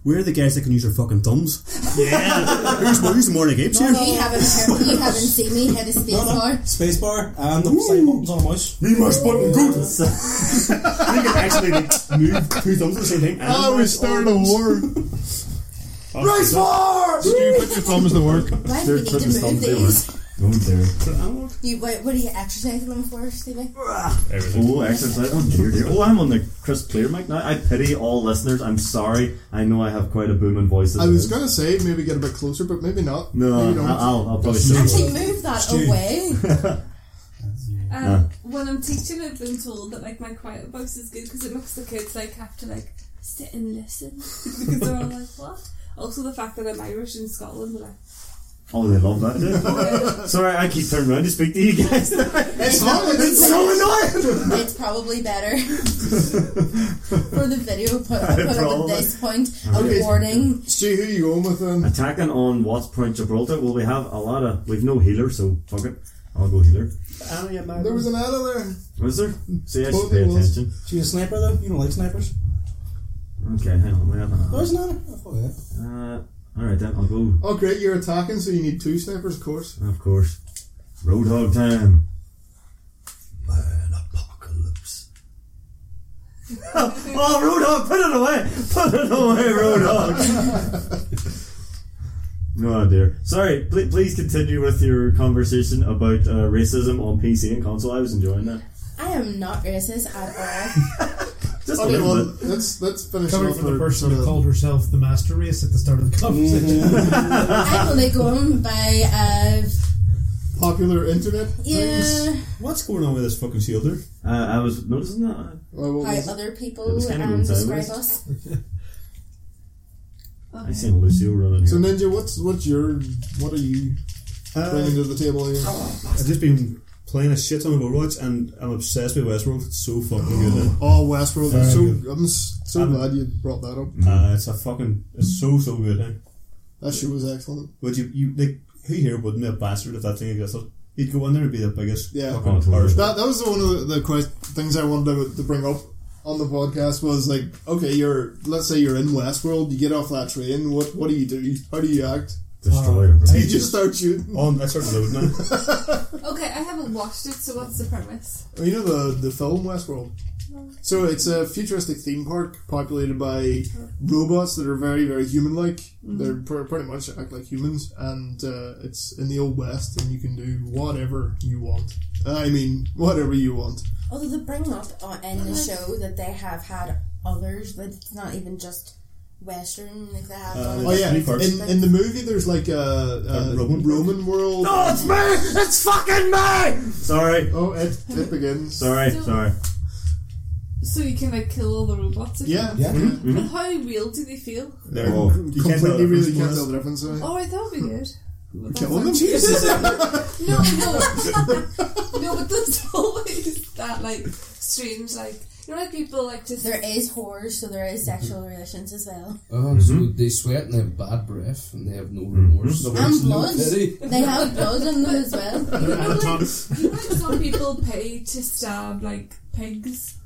[SPEAKER 15] We're the guys that can use our fucking thumbs. Yeah. Who's, who's more than games here?
[SPEAKER 12] you haven't heard, you haven't seen me hit a space bar.
[SPEAKER 6] Spacebar and the side buttons on the mouse.
[SPEAKER 15] Me mash button good.
[SPEAKER 4] So-
[SPEAKER 15] You can actually like, move two thumbs at the same time.
[SPEAKER 3] I was starting Oh, a war.
[SPEAKER 4] Race war.
[SPEAKER 3] You put your thumbs to work.
[SPEAKER 12] Why do we need to move these?
[SPEAKER 4] Oh dear.
[SPEAKER 12] You, what, what are you exercising them for, Stevie?
[SPEAKER 4] Oh, exercise. Oh dear, dear. Oh, I'm on the Chris Clear mic now. I pity all listeners. I'm sorry. I know I have quite a booming voice. as
[SPEAKER 3] I
[SPEAKER 4] it
[SPEAKER 3] was
[SPEAKER 4] is.
[SPEAKER 3] gonna say maybe get a bit closer, but maybe not.
[SPEAKER 4] No,
[SPEAKER 3] Maybe
[SPEAKER 4] I-
[SPEAKER 3] don't.
[SPEAKER 4] I'll, I'll probably show you.
[SPEAKER 12] Actually, move that away.
[SPEAKER 7] um,
[SPEAKER 3] Ah.
[SPEAKER 7] when I'm teaching, I've been told that like my quiet voice is good because it makes the kids like have to like sit and listen because they're all like what. Also, the fact that I'm Irish in Scotland, they're like
[SPEAKER 4] Oh, they love that. do they? Sorry, I keep turning around to speak to you guys.
[SPEAKER 3] It's not like
[SPEAKER 4] it's so annoying.
[SPEAKER 12] it's probably better for the video put, put up at
[SPEAKER 4] Probably.
[SPEAKER 12] this point.
[SPEAKER 3] Okay.
[SPEAKER 12] A warning.
[SPEAKER 3] See who you going with then?
[SPEAKER 4] Attacking on what's Point Gibraltar. Well, we have a lot of. We've no healer, so fuck it. I'll go healer.
[SPEAKER 3] There was an Anna there.
[SPEAKER 4] Was there? See, I should
[SPEAKER 3] Totally
[SPEAKER 4] pay
[SPEAKER 3] was.
[SPEAKER 4] attention.
[SPEAKER 8] She's a sniper though. You don't like snipers.
[SPEAKER 4] Okay, hang on. wait,
[SPEAKER 8] There is none. Oh yeah.
[SPEAKER 4] Uh, all right then, I'll go.
[SPEAKER 3] Oh, great, you're attacking, so you need two snipers, of course.
[SPEAKER 4] Of course, Roadhog time.
[SPEAKER 14] Man, apocalypse.
[SPEAKER 4] oh, Roadhog, put it away! Put it away, Roadhog! no, dear. Sorry, pl- please continue with your conversation about uh, racism on PC and console. I was enjoying that.
[SPEAKER 12] I am not racist at all.
[SPEAKER 4] Just
[SPEAKER 3] Okay,
[SPEAKER 4] a little
[SPEAKER 3] well,
[SPEAKER 4] bit.
[SPEAKER 3] let's, let's finish
[SPEAKER 16] Coming
[SPEAKER 3] off
[SPEAKER 16] from the
[SPEAKER 3] our-
[SPEAKER 16] person who called herself the master race at the start of the conversation.
[SPEAKER 14] Mm-hmm.
[SPEAKER 12] I'm only going by uh,
[SPEAKER 3] popular internet things.
[SPEAKER 12] yeah,
[SPEAKER 14] What's going on with this fucking shielder?
[SPEAKER 4] Uh, I was noticing that. uh,
[SPEAKER 3] Oh, what
[SPEAKER 12] how
[SPEAKER 3] was it?
[SPEAKER 12] other
[SPEAKER 4] It
[SPEAKER 12] people
[SPEAKER 4] was kind of
[SPEAKER 12] um, describe
[SPEAKER 4] antagonist.
[SPEAKER 12] us.
[SPEAKER 4] I seen Lucio running
[SPEAKER 3] So
[SPEAKER 4] here.
[SPEAKER 3] Ninja, what's what's your what are you
[SPEAKER 14] Uh,
[SPEAKER 3] bringing to the table here?
[SPEAKER 14] I've just been playing a shit ton of Overwatch and I'm obsessed with Westworld. It's so fucking good. eh?
[SPEAKER 3] Oh, Westworld. I'm
[SPEAKER 14] Very
[SPEAKER 3] so
[SPEAKER 14] good.
[SPEAKER 3] I'm s- so
[SPEAKER 14] Um,
[SPEAKER 3] glad you brought that up.
[SPEAKER 14] Uh, it's a fucking. It's so so good. Eh?
[SPEAKER 3] That show was excellent.
[SPEAKER 14] Would you you like who here wouldn't be a bastard if that thing existed? You'd go in there and be the biggest
[SPEAKER 3] Yeah.
[SPEAKER 14] fucking
[SPEAKER 4] Oh, totally.
[SPEAKER 14] arse-
[SPEAKER 3] That that was one of the, the quest, things I wanted to, to bring up on the podcast was like, okay, you're let's say you're in Westworld, you get off that train. What what do you do? How do you act?
[SPEAKER 4] Destroyer.
[SPEAKER 3] Do you just start shooting?
[SPEAKER 14] Oh, I started loading now.
[SPEAKER 7] Okay, I haven't watched it, so what's the premise?
[SPEAKER 3] Oh, You know the the film Westworld. So it's a futuristic theme park populated by robots that are very very human like. They're pr- pretty much act like humans, and uh, it's in the old west, and you can do whatever you want. Uh, I mean, whatever you want.
[SPEAKER 12] Although they bring up on, in the show that they have had others, but it's not even just Western. Like they have done
[SPEAKER 3] Oh yeah,
[SPEAKER 14] Theme parks.
[SPEAKER 3] in, in the movie there's like a, a
[SPEAKER 14] A Roman-
[SPEAKER 3] Roman world.
[SPEAKER 4] Oh, it's me! It's fucking me! Sorry.
[SPEAKER 3] Oh, it it begins.
[SPEAKER 4] Sorry,
[SPEAKER 7] So-
[SPEAKER 4] sorry.
[SPEAKER 7] So you can like kill all the robots? if you
[SPEAKER 3] Yeah,
[SPEAKER 8] Yeah.
[SPEAKER 4] Mm-hmm.
[SPEAKER 7] And how real do they feel? Oh,
[SPEAKER 14] They're
[SPEAKER 4] Oh.
[SPEAKER 14] you can't tell
[SPEAKER 3] completely
[SPEAKER 14] the
[SPEAKER 3] really
[SPEAKER 14] difference
[SPEAKER 3] can't
[SPEAKER 14] from this.
[SPEAKER 3] tell the difference. eh?
[SPEAKER 7] All right, that would be good.
[SPEAKER 3] Killing them? Jesus.
[SPEAKER 7] No, no, no. But there's always that like strange, like you know, like people like just
[SPEAKER 12] There is horror, so there is sexual relations as well.
[SPEAKER 10] Oh, so they sweat and they have bad breath and they have no remorse.
[SPEAKER 14] The
[SPEAKER 12] And
[SPEAKER 14] worst.
[SPEAKER 12] blood.
[SPEAKER 10] pity.
[SPEAKER 12] They have blood in them as well.
[SPEAKER 7] you know, like, you know, like some people pay to stab like pigs.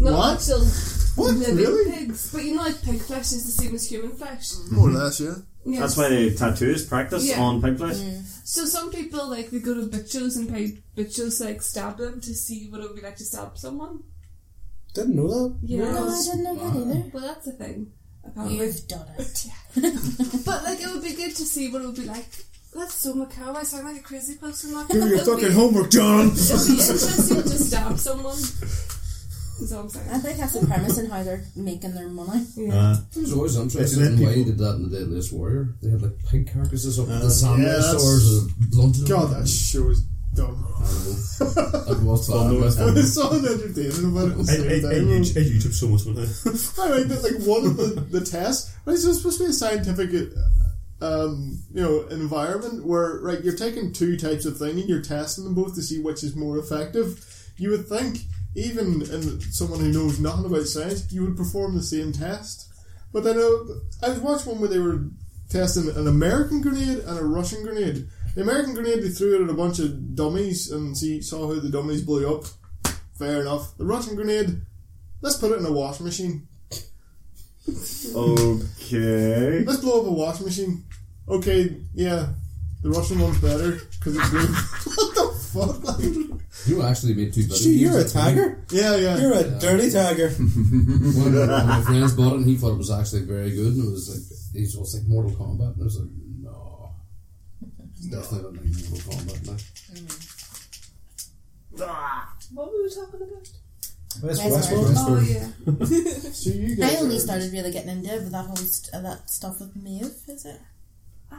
[SPEAKER 7] Not
[SPEAKER 3] What?
[SPEAKER 7] actual
[SPEAKER 3] What?
[SPEAKER 7] living
[SPEAKER 3] Really? Mm.
[SPEAKER 7] pigs, but you know, like pig flesh is the same as human flesh.
[SPEAKER 3] More or less, yeah.
[SPEAKER 7] Yeah.
[SPEAKER 4] That's why the tattoos practice
[SPEAKER 7] Yeah.
[SPEAKER 4] on pig flesh.
[SPEAKER 7] So some people like they go to butchers and pay butchers like stab them to see what it would be like to stab someone.
[SPEAKER 8] Didn't know that.
[SPEAKER 7] Yeah.
[SPEAKER 12] No, I didn't know that either.
[SPEAKER 7] Well, that's a thing. Apparently.
[SPEAKER 12] You've done it.
[SPEAKER 7] But like, it would be good to see what it would be like. That's so macabre. I sound like a crazy person. Like,
[SPEAKER 14] Do your
[SPEAKER 7] it'd
[SPEAKER 14] fucking
[SPEAKER 7] be,
[SPEAKER 14] homework, John.
[SPEAKER 7] It'd be interesting to stab someone. Is all I'm
[SPEAKER 12] I
[SPEAKER 7] saying.
[SPEAKER 12] think that's the premise and how they're making their money.
[SPEAKER 7] Yeah.
[SPEAKER 14] Uh,
[SPEAKER 10] I was always interested
[SPEAKER 14] Isn't
[SPEAKER 10] in
[SPEAKER 14] it
[SPEAKER 10] why they
[SPEAKER 14] people-
[SPEAKER 10] did that in the Deadliest Warrior. They had like pig carcasses up
[SPEAKER 14] Uh,
[SPEAKER 10] at the sand
[SPEAKER 3] yeah, that's-
[SPEAKER 10] stores and blunted. them.
[SPEAKER 3] God, that show is dumb.
[SPEAKER 10] I'd watch that.
[SPEAKER 14] Well, no,
[SPEAKER 10] with
[SPEAKER 3] It
[SPEAKER 10] them.
[SPEAKER 3] was so entertaining about it. at the
[SPEAKER 14] I, I,
[SPEAKER 6] é
[SPEAKER 14] I,
[SPEAKER 3] same time.
[SPEAKER 14] YouTube, I YouTube so much fun.
[SPEAKER 3] I mean, but, like one of the, the tests, right? So it's supposed to be a scientific, uh, um, you know, environment where right you're taking two types of thing and you're testing them both to see which is more effective. You would think even in someone who knows nothing about science, you would perform the same test. But then uh, I watched one where they were testing an American grenade and a Russian grenade. The American grenade they threw it at a bunch of dummies and see saw how the dummies blew up. Fair enough. The Russian grenade, let's put it in a washing machine.
[SPEAKER 4] Okay.
[SPEAKER 3] Let's blow up a washing machine. Okay, yeah, the Russian one's better because it's blue. what the fuck? Like,
[SPEAKER 10] You actually made two
[SPEAKER 8] Stu,
[SPEAKER 10] videos.
[SPEAKER 8] you're a tiger.
[SPEAKER 3] yeah, yeah.
[SPEAKER 8] You're a dirty tiger.
[SPEAKER 10] One of my friends bought it and he thought it was actually very good and it was like he was like Mortal Kombat and I was like, no. No. I don't like Mortal Kombat now.
[SPEAKER 7] What were we talking about?
[SPEAKER 8] Westworld.
[SPEAKER 7] Oh yeah.
[SPEAKER 3] So you
[SPEAKER 12] I
[SPEAKER 3] guys
[SPEAKER 12] only
[SPEAKER 3] are-
[SPEAKER 12] started really getting into it with that whole st- uh, that stuff with Maeve, is it?
[SPEAKER 7] I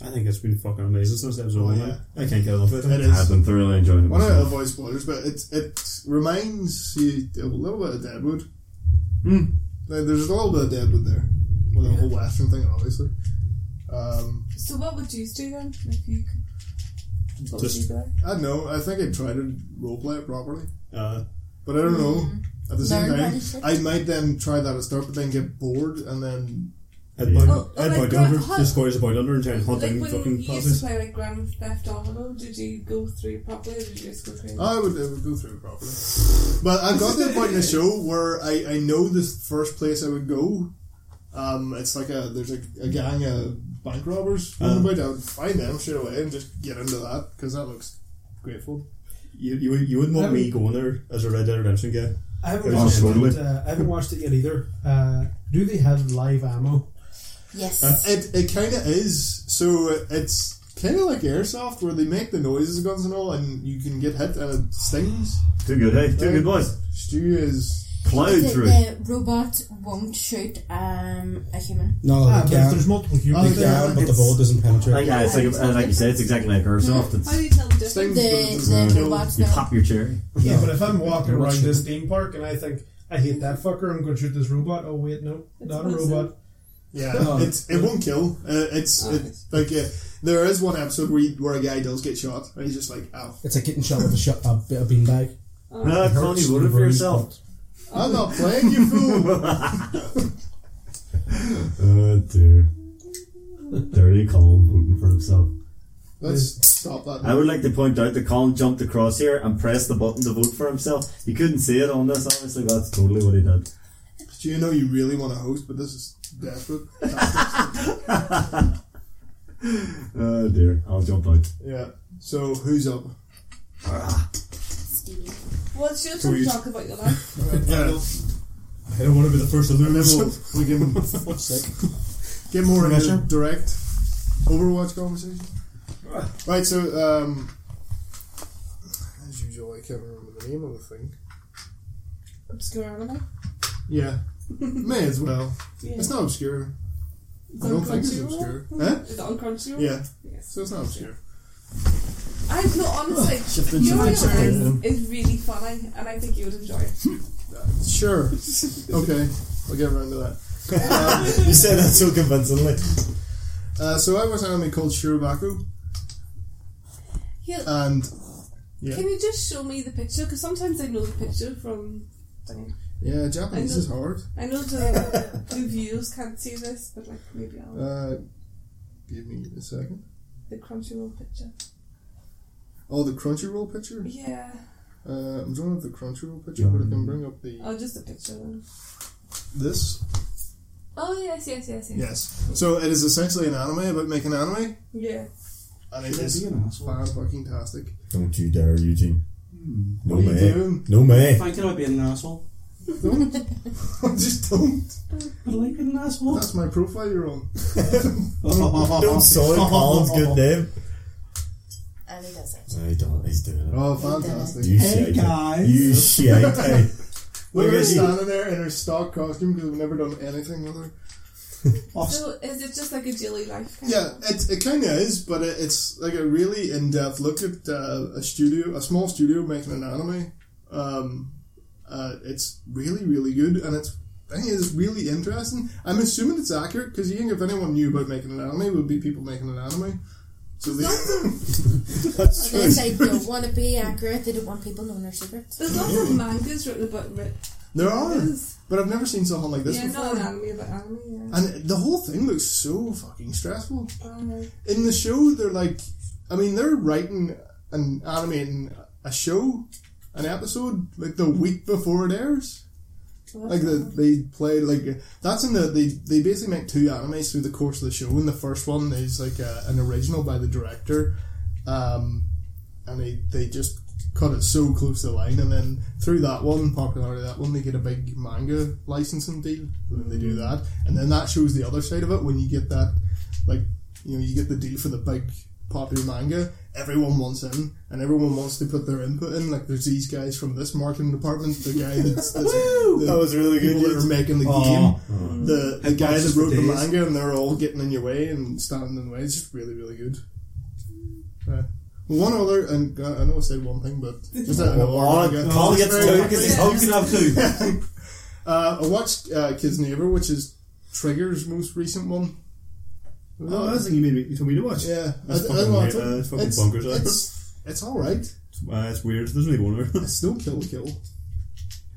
[SPEAKER 14] I think it's been fucking amazing since episode
[SPEAKER 3] Oh,
[SPEAKER 14] one.
[SPEAKER 3] yeah.
[SPEAKER 14] I can't get enough of
[SPEAKER 3] It
[SPEAKER 14] it.
[SPEAKER 4] I've
[SPEAKER 3] is.
[SPEAKER 4] been thoroughly enjoying it.
[SPEAKER 3] Well, I don't
[SPEAKER 4] myself.
[SPEAKER 3] avoid spoilers, but it it reminds you a little bit of Deadwood.
[SPEAKER 4] Hmm.
[SPEAKER 3] Like, there's a little bit of Deadwood there, with the whole Western thing, obviously. Um,
[SPEAKER 7] So what would you do then if you could? What would you
[SPEAKER 14] Just-
[SPEAKER 7] do?
[SPEAKER 3] I don't know. I think I'd try to roleplay it properly.
[SPEAKER 14] Uh,
[SPEAKER 3] But I don't know. At the same
[SPEAKER 12] Mm-hmm. Learn
[SPEAKER 3] time,
[SPEAKER 12] about it.
[SPEAKER 3] I might then try that at start, but then get bored and then.
[SPEAKER 14] Ed Boyd
[SPEAKER 7] Oh, oh
[SPEAKER 14] Ed
[SPEAKER 7] my
[SPEAKER 14] Boyd
[SPEAKER 7] God,
[SPEAKER 14] Under,
[SPEAKER 7] how-
[SPEAKER 14] just going as a Boyd Under and trying to hunt
[SPEAKER 7] Like
[SPEAKER 14] down
[SPEAKER 7] when
[SPEAKER 14] fucking
[SPEAKER 7] you used
[SPEAKER 14] passes.
[SPEAKER 7] to play like Grand Theft Auto, did you go through it properly or did you just go through?
[SPEAKER 3] I would, I would go through it properly. But I got to the point in the show where I, I know the first place I would go. Um, it's like a there's a, a gang of bank robbers. Um, I would find them straight away and just get into that because that looks grateful.
[SPEAKER 14] You, you, you wouldn't want me going there as a Red Dead Redemption guy.
[SPEAKER 16] I haven't
[SPEAKER 14] There's
[SPEAKER 16] watched
[SPEAKER 14] no
[SPEAKER 16] it. Uh, I haven't watched it yet either. Uh, do they have live ammo?
[SPEAKER 12] Yes.
[SPEAKER 3] It, it kind of is. So it's kind of like airsoft where they make the noises of guns and all, and you can get hit and it stings.
[SPEAKER 4] Too good, hey? Too
[SPEAKER 3] Uh,
[SPEAKER 4] good, boys.
[SPEAKER 3] Stu is
[SPEAKER 4] Plowed
[SPEAKER 12] Is it
[SPEAKER 4] through.
[SPEAKER 12] the robot won't shoot um, a human.
[SPEAKER 8] No,
[SPEAKER 16] Ah,
[SPEAKER 8] Oh, they
[SPEAKER 16] there's,
[SPEAKER 8] can.
[SPEAKER 16] there's multiple
[SPEAKER 3] Oh,
[SPEAKER 8] They
[SPEAKER 16] humans.
[SPEAKER 3] there
[SPEAKER 8] can,
[SPEAKER 3] are-
[SPEAKER 8] but the
[SPEAKER 4] it's-
[SPEAKER 8] bullet doesn't
[SPEAKER 4] Like,
[SPEAKER 8] penetrate.
[SPEAKER 4] yeah, it's like, uh, like you said, it's exactly like Airsoft.
[SPEAKER 7] How do
[SPEAKER 4] It's,
[SPEAKER 7] you tell the difference?
[SPEAKER 3] stings.
[SPEAKER 12] The,
[SPEAKER 3] but it doesn't
[SPEAKER 12] the
[SPEAKER 3] kill.
[SPEAKER 12] robots
[SPEAKER 4] you
[SPEAKER 12] know.
[SPEAKER 4] pop your cherry.
[SPEAKER 16] Yeah, but if I'm walking
[SPEAKER 8] They're not
[SPEAKER 16] around this
[SPEAKER 8] shooting.
[SPEAKER 16] theme park and I think I hate that fucker, I'm going to shoot this robot. Oh wait, no,
[SPEAKER 7] It's
[SPEAKER 16] not a
[SPEAKER 7] awesome.
[SPEAKER 16] robot.
[SPEAKER 3] Yeah,
[SPEAKER 8] No.
[SPEAKER 3] it's it won't kill. Uh, it's
[SPEAKER 10] Ah,
[SPEAKER 3] it's like uh, there is one episode where, you, where a guy does get shot, and he's just like, "Oh, "Ow,
[SPEAKER 8] It's like getting shot with a, shot, a bit of beanbag.
[SPEAKER 4] Ah, Colin, you voted for
[SPEAKER 8] Bruise,
[SPEAKER 4] yourself.
[SPEAKER 3] I'm not playing, you fool."
[SPEAKER 4] Oh dear. Dirty Colin voting for himself.
[SPEAKER 3] Let's stop that.
[SPEAKER 4] I would like to point out that Colin jumped across here and pressed the button to vote for himself. You couldn't see it on this, obviously, but that's totally what he did.
[SPEAKER 3] Do you know you really want to host, but this is desperate.
[SPEAKER 4] Oh dear, I'll jump out.
[SPEAKER 3] yeah. So who's up?
[SPEAKER 7] What's your turn to
[SPEAKER 14] you-
[SPEAKER 7] talk about your life?
[SPEAKER 3] Yeah.
[SPEAKER 14] I don't want to be the first to
[SPEAKER 3] And then
[SPEAKER 14] lose.
[SPEAKER 3] we'll, we can get more into
[SPEAKER 14] Pressure.
[SPEAKER 3] direct Overwatch conversation. Right. So um, as usual, I can't remember the name of the thing.
[SPEAKER 7] Obscure animal.
[SPEAKER 3] Yeah. May as well.
[SPEAKER 7] Yeah.
[SPEAKER 3] It's not obscure.
[SPEAKER 7] Is
[SPEAKER 3] I
[SPEAKER 7] it
[SPEAKER 3] don't
[SPEAKER 7] on
[SPEAKER 3] think it's
[SPEAKER 7] Crunchyroll?
[SPEAKER 3] obscure. Huh?
[SPEAKER 7] Is it on Crunchyroll?
[SPEAKER 3] Yeah.
[SPEAKER 7] Yes.
[SPEAKER 3] So it's not obscure.
[SPEAKER 7] I've no honestly.
[SPEAKER 14] shifting,
[SPEAKER 7] Your
[SPEAKER 14] shifting, shifting,
[SPEAKER 7] Eyes is really funny, and I think you would enjoy it.
[SPEAKER 3] Sure. okay. We'll get around to that.
[SPEAKER 14] You said that so convincingly.
[SPEAKER 3] Uh, so I watched an anime called Shirobako,
[SPEAKER 7] Here,
[SPEAKER 3] and yeah,
[SPEAKER 7] can you just show me the picture? Because sometimes I know the picture from.
[SPEAKER 3] yeah, Japanese is hard.
[SPEAKER 7] I know the, the viewers can't see this, but like maybe I'll
[SPEAKER 3] Uh, give me a second.
[SPEAKER 7] the Crunchyroll picture.
[SPEAKER 3] Oh, the Crunchyroll picture.
[SPEAKER 7] Yeah,
[SPEAKER 3] Uh, I'm drawing up the Crunchyroll picture, but I can bring up the
[SPEAKER 7] oh, just a picture. Then.
[SPEAKER 3] this.
[SPEAKER 7] Oh yes, yes, yes, yes.
[SPEAKER 3] Yes. So it is essentially an anime about making anime,
[SPEAKER 7] Yeah.
[SPEAKER 3] and it is fan fucking tastic.
[SPEAKER 14] Don't you dare, Eugene.
[SPEAKER 4] Hmm.
[SPEAKER 14] No
[SPEAKER 3] What are you
[SPEAKER 14] way.
[SPEAKER 3] doing?
[SPEAKER 14] No way.
[SPEAKER 10] Thinking about being an asshole.
[SPEAKER 3] Just don't.
[SPEAKER 10] I like being an asshole.
[SPEAKER 3] That's my profile you're on.
[SPEAKER 14] Don't soil Colin's good name.
[SPEAKER 12] And he doesn't.
[SPEAKER 14] I don't. He's doing it.
[SPEAKER 3] Oh, fantastic.
[SPEAKER 14] You hey guys. You shite. hey.
[SPEAKER 3] We're
[SPEAKER 14] Look at you.
[SPEAKER 3] standing there in her stock costume because we've never done anything with her.
[SPEAKER 7] So is it just like a daily life? Kind
[SPEAKER 3] Yeah,
[SPEAKER 7] Of?
[SPEAKER 3] it, it kind of is, but it, it's like a really in depth look at uh, a studio, a small studio making an anime. Um, uh, it's really, really good, and it's thing is really interesting. I'm assuming it's accurate because you think if anyone knew about making an anime, it would be people making an anime. So they,
[SPEAKER 12] And they say don't want to be accurate. They don't want people knowing their secrets.
[SPEAKER 7] There's lots of mangas written about ri-
[SPEAKER 3] there are,
[SPEAKER 7] Yes.
[SPEAKER 3] but I've never seen something like this
[SPEAKER 7] Yeah,
[SPEAKER 3] before.
[SPEAKER 7] not an anime, but anime. Yeah.
[SPEAKER 3] And the whole thing looks so fucking stressful.
[SPEAKER 7] Alright.
[SPEAKER 3] in the show they're like I mean they're writing and animating a show an episode like the week before it airs
[SPEAKER 7] Well,
[SPEAKER 3] like the, they play like that's in the they, they basically make two animes through the course of the show and the first one is like a, an original by the director um, and they, they just cut it so close to the line and then through that one popularity of that one they get a big manga licensing deal and then they do that and then that shows the other side of it when you get that like you know you get the deal for the big popular manga everyone wants in and everyone wants to put their input in like there's these guys from this marketing department the guy that's, that's the
[SPEAKER 14] That was really
[SPEAKER 3] people that
[SPEAKER 14] good.
[SPEAKER 3] are making the
[SPEAKER 14] Aw.
[SPEAKER 3] game the, the guy
[SPEAKER 10] watches
[SPEAKER 3] that wrote
[SPEAKER 10] for
[SPEAKER 3] the
[SPEAKER 10] days.
[SPEAKER 3] manga and they're all getting in your way and standing in the way it's just really really good yeah. one other and uh, I I know I said one thing but is that another
[SPEAKER 14] Oh,
[SPEAKER 3] manga?
[SPEAKER 14] Colin gets two because he's
[SPEAKER 7] Yeah.
[SPEAKER 14] hulking up two.
[SPEAKER 3] Uh, I watched uh, Kids Neighbor, which is Trigger's most recent one.
[SPEAKER 4] Oh, that's the thing you made me. You told me to watch.
[SPEAKER 3] Yeah,
[SPEAKER 4] That's
[SPEAKER 3] I- I
[SPEAKER 4] fucking
[SPEAKER 3] know,
[SPEAKER 4] weird.
[SPEAKER 3] it's-
[SPEAKER 4] Uh, it's fucking
[SPEAKER 3] it's-
[SPEAKER 4] bonkers.
[SPEAKER 3] It's, it's all right.
[SPEAKER 4] Uh, it's weird. There's only one of them.
[SPEAKER 3] It's no kill kill.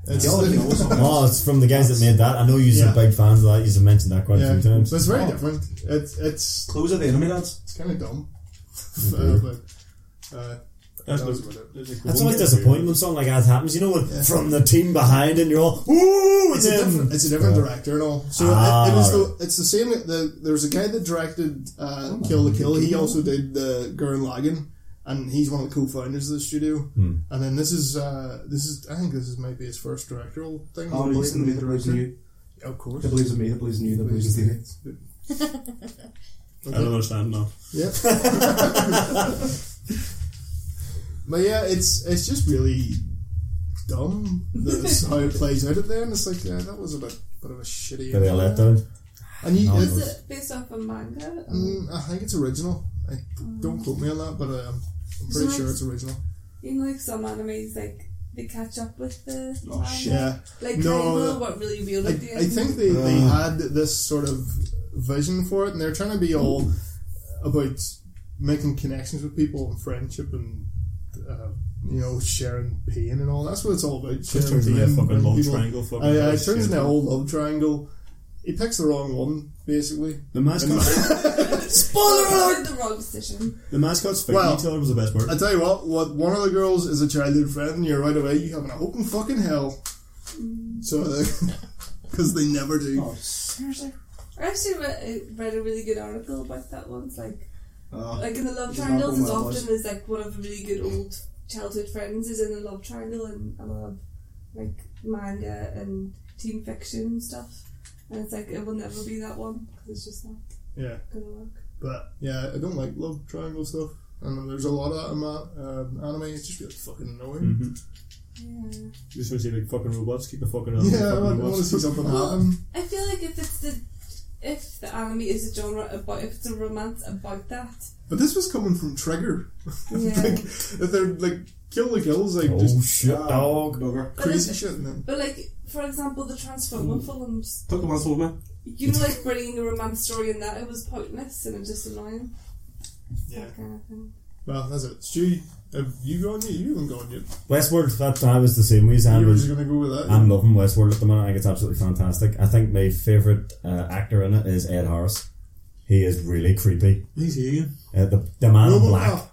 [SPEAKER 3] It's
[SPEAKER 6] Kill
[SPEAKER 3] Kill
[SPEAKER 6] Oh, it's from the guys that made that. I know you're
[SPEAKER 3] Yeah.
[SPEAKER 6] big fans of that. You've mentioned that quite
[SPEAKER 3] yeah,
[SPEAKER 6] a few times.
[SPEAKER 3] but it's very different. It's it's
[SPEAKER 4] Close at the enemy, lads.
[SPEAKER 3] it's kind of dumb, uh, but uh,
[SPEAKER 4] That's
[SPEAKER 3] that was
[SPEAKER 4] no-
[SPEAKER 3] about it.
[SPEAKER 6] That's always disappointing when something like that happens. You know, when from the team behind, and you're all, ooh,
[SPEAKER 3] It's a
[SPEAKER 6] and then
[SPEAKER 3] different, it's a different director and all. So
[SPEAKER 6] Ah,
[SPEAKER 3] it, it was
[SPEAKER 6] right.
[SPEAKER 3] the, it's the same. The, there was a guy that directed uh,
[SPEAKER 1] Oh,
[SPEAKER 3] Kill the Kill. He also did the Gurren Lagann, and he's one of the co-founders of the studio.
[SPEAKER 1] Hmm.
[SPEAKER 3] And then this is uh, this is I think this is maybe his first directorial thing.
[SPEAKER 1] Oh,
[SPEAKER 3] Maybe
[SPEAKER 1] believes in me, that
[SPEAKER 3] the
[SPEAKER 1] believes in
[SPEAKER 3] director.
[SPEAKER 1] you.
[SPEAKER 3] Yeah, of course.
[SPEAKER 1] That believes in me, that believes in you, that believes in TV.
[SPEAKER 4] I don't understand now.
[SPEAKER 3] Yeah. but yeah, it's it's just really dumb. That's how it plays out at the end. It's like yeah, that was a bit, bit of a shitty.
[SPEAKER 6] Bit of a letdown.
[SPEAKER 3] And you,
[SPEAKER 6] No,
[SPEAKER 3] it-
[SPEAKER 6] no.
[SPEAKER 7] Is it based off a manga? Um,
[SPEAKER 3] Mm, I think it's original. I, don't quote me on that, but um, I'm pretty
[SPEAKER 7] So
[SPEAKER 3] sure it's
[SPEAKER 7] it's-
[SPEAKER 3] original.
[SPEAKER 7] You know, like some animes, like they catch up with the oh, manga.
[SPEAKER 3] Yeah,
[SPEAKER 7] Like
[SPEAKER 3] No,
[SPEAKER 7] Kaiba,
[SPEAKER 3] that-
[SPEAKER 7] what really real
[SPEAKER 3] I,
[SPEAKER 7] at the
[SPEAKER 3] I
[SPEAKER 7] end.
[SPEAKER 3] think they, they
[SPEAKER 4] Uh.
[SPEAKER 3] had this sort of vision for it, and they're trying to be all about making connections with people and friendship and uh, you know sharing pain and all. That's what it's all about.
[SPEAKER 4] Just
[SPEAKER 3] Sharing
[SPEAKER 4] turns
[SPEAKER 3] pain
[SPEAKER 4] into a fucking
[SPEAKER 3] and
[SPEAKER 4] love
[SPEAKER 3] people.
[SPEAKER 4] triangle. Fucking
[SPEAKER 3] I, I, it
[SPEAKER 4] Christ,
[SPEAKER 3] turns
[SPEAKER 4] yeah.
[SPEAKER 3] into an old love triangle. He picks the wrong one, basically.
[SPEAKER 4] The mascot.
[SPEAKER 7] Spoiler alert! The wrong decision.
[SPEAKER 4] the mascot's fighting
[SPEAKER 3] Well,
[SPEAKER 4] each other was the best
[SPEAKER 3] I
[SPEAKER 4] part.
[SPEAKER 3] tell you what, what one of the girls is a childhood friend, and you're right away. You have an open fucking hell. So, because they never do.
[SPEAKER 1] seriously?
[SPEAKER 7] I actually read, read a really good article about that once. Like,
[SPEAKER 1] Oh,
[SPEAKER 7] like in the love
[SPEAKER 1] Is it
[SPEAKER 7] triangles,
[SPEAKER 1] not
[SPEAKER 7] as
[SPEAKER 1] one of
[SPEAKER 7] often as like one of the really good old childhood friends is in a love triangle and a lot of like manga and teen fiction and stuff. And it's like it will never be that one because it's just not
[SPEAKER 3] Yeah,
[SPEAKER 7] gonna work.
[SPEAKER 3] but yeah, I don't like love triangle stuff. And there's a lot of anime, um, anime. It's just really fucking annoying.
[SPEAKER 4] Mhm.
[SPEAKER 7] Yeah.
[SPEAKER 4] You just want to see like fucking robots keep the fucking.
[SPEAKER 3] Yeah, I
[SPEAKER 4] Mm.
[SPEAKER 3] want, I
[SPEAKER 4] fucking
[SPEAKER 3] want to
[SPEAKER 4] robots.
[SPEAKER 3] see something
[SPEAKER 7] Well,
[SPEAKER 3] happen.
[SPEAKER 7] I feel like if it's the if the anime is a genre about if it's a romance about that,
[SPEAKER 3] But this was coming from Trigger.
[SPEAKER 7] yeah.
[SPEAKER 3] like, if they're like kill the kills, like
[SPEAKER 6] Oh
[SPEAKER 3] just Ah.
[SPEAKER 6] shit, dog.
[SPEAKER 4] Oh.
[SPEAKER 3] crazy shit. And then
[SPEAKER 7] but like for example, the Transformer films,
[SPEAKER 4] Took the ones for me.
[SPEAKER 7] you know, like bringing a romance story in that it was pointless and it was just annoying. uh,
[SPEAKER 3] yeah,
[SPEAKER 7] That kind of thing.
[SPEAKER 3] well, that's it. Stu, have you gone yet? You haven't gone yet.
[SPEAKER 6] Westworld. That I was the same way as
[SPEAKER 3] You were
[SPEAKER 6] Andrew.
[SPEAKER 3] just gonna go with that.
[SPEAKER 6] I'm loving Westworld at the minute. I think it's absolutely fantastic. I think my favourite uh, actor in it is Ed Harris. He is really creepy.
[SPEAKER 4] He's here again.
[SPEAKER 6] Uh, the, the man in
[SPEAKER 3] Robocop.
[SPEAKER 6] black.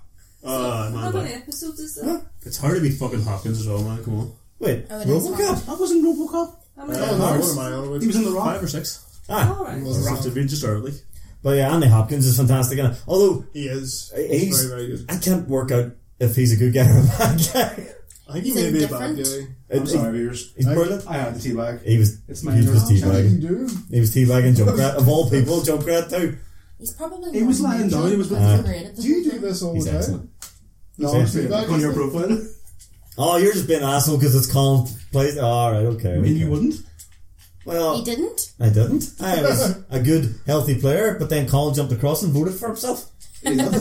[SPEAKER 7] How
[SPEAKER 4] Uh, man,
[SPEAKER 7] many
[SPEAKER 4] but
[SPEAKER 7] episodes is that?
[SPEAKER 4] it's hard to be fucking Hopkins as well, man. Come on.
[SPEAKER 6] Wait,
[SPEAKER 12] Oh, it is
[SPEAKER 6] Robocop?
[SPEAKER 4] That wasn't RoboCop.
[SPEAKER 7] How many?
[SPEAKER 3] Oh no,
[SPEAKER 7] episodes?
[SPEAKER 3] what am I on about?
[SPEAKER 4] He was in the rock. Five or six.
[SPEAKER 6] Ah,
[SPEAKER 7] All right.
[SPEAKER 3] Well,
[SPEAKER 4] Rock to be just early.
[SPEAKER 6] but yeah, Andy Hopkins is fantastic in it. Although,
[SPEAKER 3] He is.
[SPEAKER 6] He's-
[SPEAKER 3] very, very good.
[SPEAKER 6] I can't work out if he's a good guy or a bad guy.
[SPEAKER 3] I think he
[SPEAKER 12] He's
[SPEAKER 3] may be a bad
[SPEAKER 12] indifferent.
[SPEAKER 3] guy.
[SPEAKER 6] He-
[SPEAKER 1] I'm sorry, yours.
[SPEAKER 6] He's brilliant.
[SPEAKER 1] I had the teabag.
[SPEAKER 6] He was,
[SPEAKER 1] It's
[SPEAKER 6] he
[SPEAKER 1] my
[SPEAKER 6] was
[SPEAKER 1] own.
[SPEAKER 3] What did
[SPEAKER 6] teabagging.
[SPEAKER 3] he do?
[SPEAKER 6] He was teabagging Junkrat. Of all people, Junkrat too.
[SPEAKER 12] He's probably.
[SPEAKER 1] He was lying down, he was with
[SPEAKER 6] the-
[SPEAKER 3] Do you do this all
[SPEAKER 6] He's
[SPEAKER 3] the time?
[SPEAKER 6] excellent.
[SPEAKER 1] No,
[SPEAKER 6] Same.
[SPEAKER 1] it's teabag.
[SPEAKER 3] On your
[SPEAKER 1] profile.
[SPEAKER 6] Oh, you're just being an asshole because it's Colin plays. Oh, all right, okay.
[SPEAKER 1] And
[SPEAKER 6] okay.
[SPEAKER 1] you wouldn't?
[SPEAKER 6] Well,
[SPEAKER 12] He didn't.
[SPEAKER 6] I didn't. I was a good, healthy player, but then Colin jumped across and voted for himself. Everyone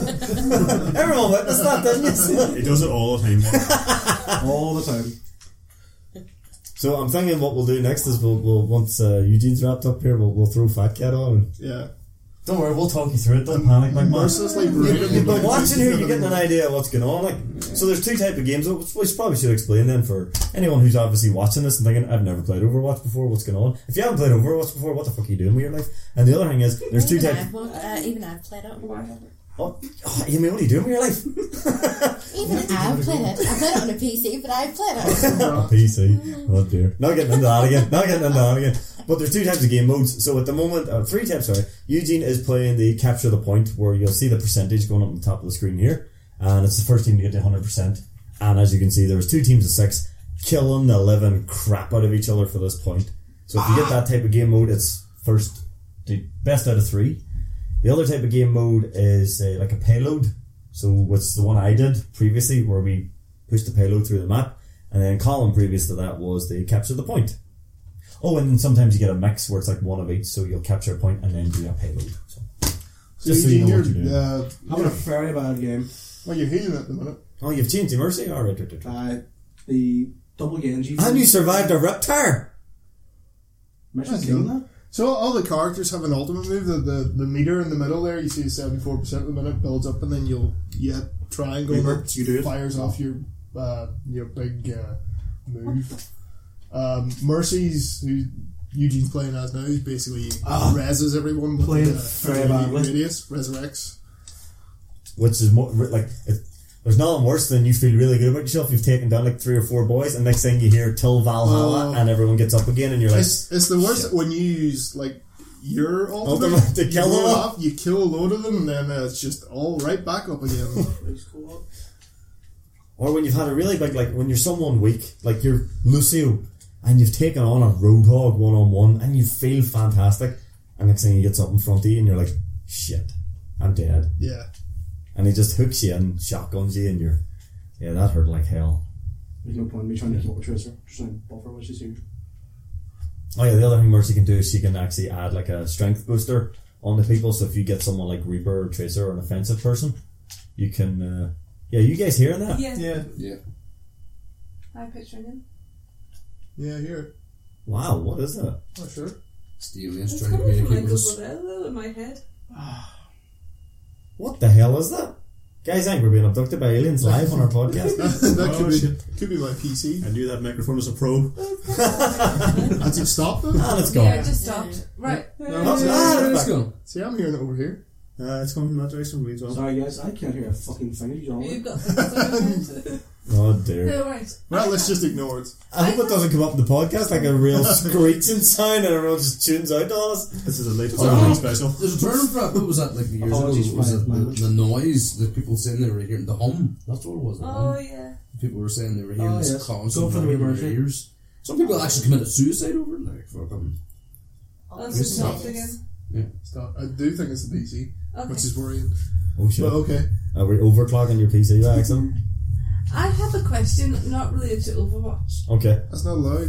[SPEAKER 6] witnessed that, didn't you?
[SPEAKER 4] He does it all the time. man.
[SPEAKER 1] All the time.
[SPEAKER 6] so I'm thinking what we'll do next is we'll, we'll once uh, Eugene's wrapped up here, we'll, we'll throw Fat Cat on.
[SPEAKER 3] Yeah.
[SPEAKER 14] Oh.
[SPEAKER 6] Don't worry, we'll talk you through it. Don't panic, like man.
[SPEAKER 3] Mercilessly
[SPEAKER 6] You-
[SPEAKER 3] brutal.
[SPEAKER 6] You've been watching here, you're getting an idea of what's going on. Like, so there's two type of games, which we probably should explain then for anyone who's obviously watching this and thinking, "I've never played Overwatch before. What's going on?" If you haven't played Overwatch before, what the fuck are you doing with your life? And the other thing is, there's two
[SPEAKER 12] Even
[SPEAKER 6] types.
[SPEAKER 12] I've, wo- uh, even I've played it.
[SPEAKER 7] Why haven't-
[SPEAKER 6] Oh, oh, you mean what are you doing with your life?
[SPEAKER 12] Even I've played it. I played it on a PC, but I've played it.
[SPEAKER 6] PC. Oh dear. Not getting into that again. Not getting into that again. But there's two types of game modes. So at the moment, uh, three types, sorry. Eugene is playing the capture the point where you'll see the percentage going up on the top of the screen here. And it's the first team to get to 100%. And as you can see, there was two teams of six killing the living crap out of each other for this point. So if you get that type of game mode, it's first, the best out of three. The other type of game mode is uh, like a payload. So what's the one I did previously, where we pushed the payload through the map, and then column previous to that was the capture the point. Oh, and then sometimes you get a mix where it's like one of each, so you'll capture a point and then do a payload. So just so you know what you're doing.
[SPEAKER 3] Uh,
[SPEAKER 1] Having a very bad game.
[SPEAKER 3] well, you're healing at the minute.
[SPEAKER 6] Oh, you've changed the mercy. All right, right, right, right.
[SPEAKER 1] Uh, the double Genji.
[SPEAKER 6] And you survived a reptar.
[SPEAKER 1] Mission
[SPEAKER 3] That's
[SPEAKER 1] King,
[SPEAKER 3] good.
[SPEAKER 1] that?
[SPEAKER 3] So all the characters have an ultimate move. The the, the meter in the middle there, you see seventy four percent of the minute builds up, and then you'll you hit triangle
[SPEAKER 14] Reverts,
[SPEAKER 3] that
[SPEAKER 14] you do it.
[SPEAKER 3] fires off your uh, your big uh, move. Um, Mercy's who Eugene's playing as now. He's basically reses everyone with
[SPEAKER 14] Ah. playing
[SPEAKER 3] uh,
[SPEAKER 14] very
[SPEAKER 3] three
[SPEAKER 14] badly.
[SPEAKER 3] radius, resurrects.
[SPEAKER 6] which is more like if, there's nothing worse than you feel really good about yourself. You've taken down like three or four boys, and next thing you hear till Valhalla,
[SPEAKER 3] Oh.
[SPEAKER 6] and everyone gets up again, and you're like,
[SPEAKER 3] It's, it's the worst when you use like your ultimate,
[SPEAKER 6] Ultimate to
[SPEAKER 3] you
[SPEAKER 6] kill
[SPEAKER 3] blow
[SPEAKER 6] them
[SPEAKER 3] it
[SPEAKER 6] all.
[SPEAKER 3] up, you kill a load of them, and then uh, it's just all right back up again.
[SPEAKER 6] or when you've had a really big like when you're someone weak, like you're Lucio, and you've taken on a Roadhog one on one, and you feel fantastic, and next thing he gets up in front of you, and you're like, shit, I'm dead,
[SPEAKER 3] yeah.
[SPEAKER 6] and he just hooks you and shotguns you, and you're, yeah, that hurt like hell.
[SPEAKER 8] There's no point in me trying to keep a tracer. Just trying to buffer what she's here.
[SPEAKER 6] Oh yeah, the other thing Mercy can do is she can actually add like a strength booster on the people. So if you get someone like Reaper or Tracer or an offensive person, you can. Uh, yeah, you guys hearing that?
[SPEAKER 7] Yeah.
[SPEAKER 3] Yeah.
[SPEAKER 7] I'm picturing him.
[SPEAKER 3] Yeah, here.
[SPEAKER 6] Wow, what is that?
[SPEAKER 3] Oh, sure.
[SPEAKER 10] Steve
[SPEAKER 7] It's
[SPEAKER 10] Lane's trying to
[SPEAKER 7] coming from
[SPEAKER 10] communicate
[SPEAKER 7] Michael
[SPEAKER 10] with us.
[SPEAKER 7] Blodell though in my head.
[SPEAKER 6] What the hell is that? Guys, I think we're being abducted by aliens live on our podcast.
[SPEAKER 3] that
[SPEAKER 14] Oh,
[SPEAKER 3] could, be,
[SPEAKER 14] shit.
[SPEAKER 3] could be my PC.
[SPEAKER 14] I knew that microphone was a probe.
[SPEAKER 3] That's it stop them?
[SPEAKER 6] ah, let's go.
[SPEAKER 7] Yeah, it just stopped. Right.
[SPEAKER 6] Oh, ah,
[SPEAKER 10] Where
[SPEAKER 6] that's
[SPEAKER 10] is
[SPEAKER 6] back.
[SPEAKER 10] it going?
[SPEAKER 3] See, I'm hearing it over here.
[SPEAKER 14] Uh, it's coming from that direction for me as well.
[SPEAKER 8] Sorry, guys, I can't hear a fucking thing. Are you on
[SPEAKER 7] You've got
[SPEAKER 8] with?
[SPEAKER 7] things
[SPEAKER 6] Oh dear.
[SPEAKER 7] No, right.
[SPEAKER 3] Well, let's just ignore it.
[SPEAKER 6] I hope it doesn't come up in the podcast like a real screeching sound and everyone just tunes out on us.
[SPEAKER 14] This is a late
[SPEAKER 10] Sorry.
[SPEAKER 14] Halloween special.
[SPEAKER 10] There's a term for it. What was that like years ago?
[SPEAKER 8] Apologies for
[SPEAKER 10] Was it
[SPEAKER 8] my-
[SPEAKER 10] the, the noise that people saying they were hearing? The hum. That's what it was. The
[SPEAKER 7] Oh
[SPEAKER 10] hum.
[SPEAKER 7] yeah.
[SPEAKER 10] People were saying they were hearing
[SPEAKER 8] Oh,
[SPEAKER 10] this
[SPEAKER 8] yes.
[SPEAKER 10] constant
[SPEAKER 8] Go for the
[SPEAKER 10] hum in
[SPEAKER 8] reverse, eh?
[SPEAKER 10] their
[SPEAKER 8] yeah.
[SPEAKER 10] ears. Some people actually committed suicide over it. Like fucking. Oh,
[SPEAKER 7] That's just
[SPEAKER 10] Stop.
[SPEAKER 7] stopped again.
[SPEAKER 3] Stop. I do think it's the PC,
[SPEAKER 7] Okay.
[SPEAKER 3] which is worrying.
[SPEAKER 6] Oh shit.
[SPEAKER 3] But okay.
[SPEAKER 6] Are we overclocking your PC, Axel?
[SPEAKER 7] I have a question not related to Overwatch.
[SPEAKER 6] Okay.
[SPEAKER 3] That's not loud.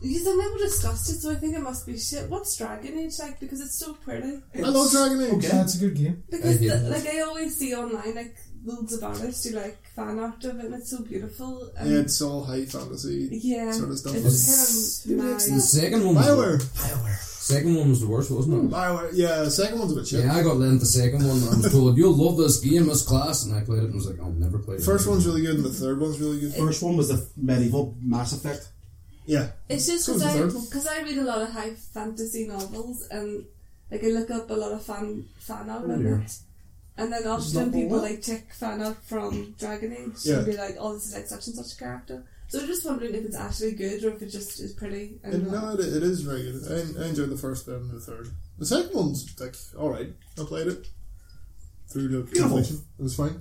[SPEAKER 7] Because I've never discussed it, so I think it must be shit. What's Dragon Age like? Because it's so pretty.
[SPEAKER 3] I love Dragon Age.
[SPEAKER 16] Yeah, it's a good game.
[SPEAKER 7] Because
[SPEAKER 10] I hate
[SPEAKER 7] the,
[SPEAKER 10] it.
[SPEAKER 7] like I always see online like loads of artists do like fan art of it and it's so beautiful. And
[SPEAKER 3] Yeah, it's all high fantasy.
[SPEAKER 7] yeah.
[SPEAKER 3] sort of stuff.
[SPEAKER 7] It's kind of
[SPEAKER 10] The
[SPEAKER 7] nice.
[SPEAKER 10] second one. Was the,
[SPEAKER 3] Bioware.
[SPEAKER 10] second one was the worst, wasn't it?
[SPEAKER 3] Bioware. Yeah, the second one's a bit shit.
[SPEAKER 10] Yeah, I got lent the second one. and I was told you'll love this game, this class, and I played it and was like, I'll never play it.
[SPEAKER 3] The first one's really good, and the third one's really good.
[SPEAKER 14] First one was the medieval Mass Effect.
[SPEAKER 3] Yeah.
[SPEAKER 7] It's just
[SPEAKER 3] So is the third one.
[SPEAKER 7] because I, read a lot of high fantasy novels and like I look up a lot of fan fan art on it. And then often people like check fan art from Dragon Age
[SPEAKER 3] Yeah.
[SPEAKER 7] and be like, oh, this is like such and such a character. So I'm just wondering if it's actually good or if it just is pretty.
[SPEAKER 3] And
[SPEAKER 7] And
[SPEAKER 3] no, it, it is very good. I, I enjoyed the first and the third. The second one's like alright. I played it through to completion. It was fine.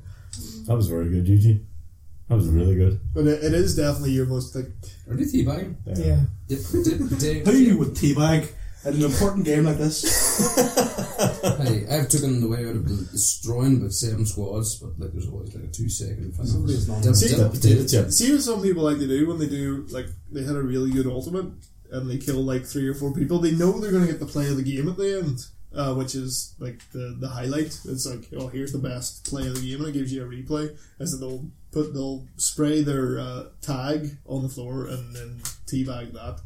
[SPEAKER 6] That was very good, Eugene. That was really good.
[SPEAKER 3] But it, it is definitely your most like
[SPEAKER 10] Are they teabagging?
[SPEAKER 16] Yeah.
[SPEAKER 10] Dip, dip, dip.
[SPEAKER 14] Who you would teabag at an important game like this?
[SPEAKER 10] Hey, I've taken the way out of the destroying about seven squads, but like there's always like a two second final.
[SPEAKER 8] Somebody's not-
[SPEAKER 10] Dip,
[SPEAKER 3] See,
[SPEAKER 10] dip,
[SPEAKER 6] Potato
[SPEAKER 10] dip.
[SPEAKER 6] chips.
[SPEAKER 3] See what some people like to do when they do like they had a really good ultimate and they kill like three or four people. They know they're going to get the play of the game at the end, uh, which is like the the highlight. It's like oh here's the best play of the game, and it gives you a replay. As in they'll put they'll spray their uh, tag on the floor and then teabag that.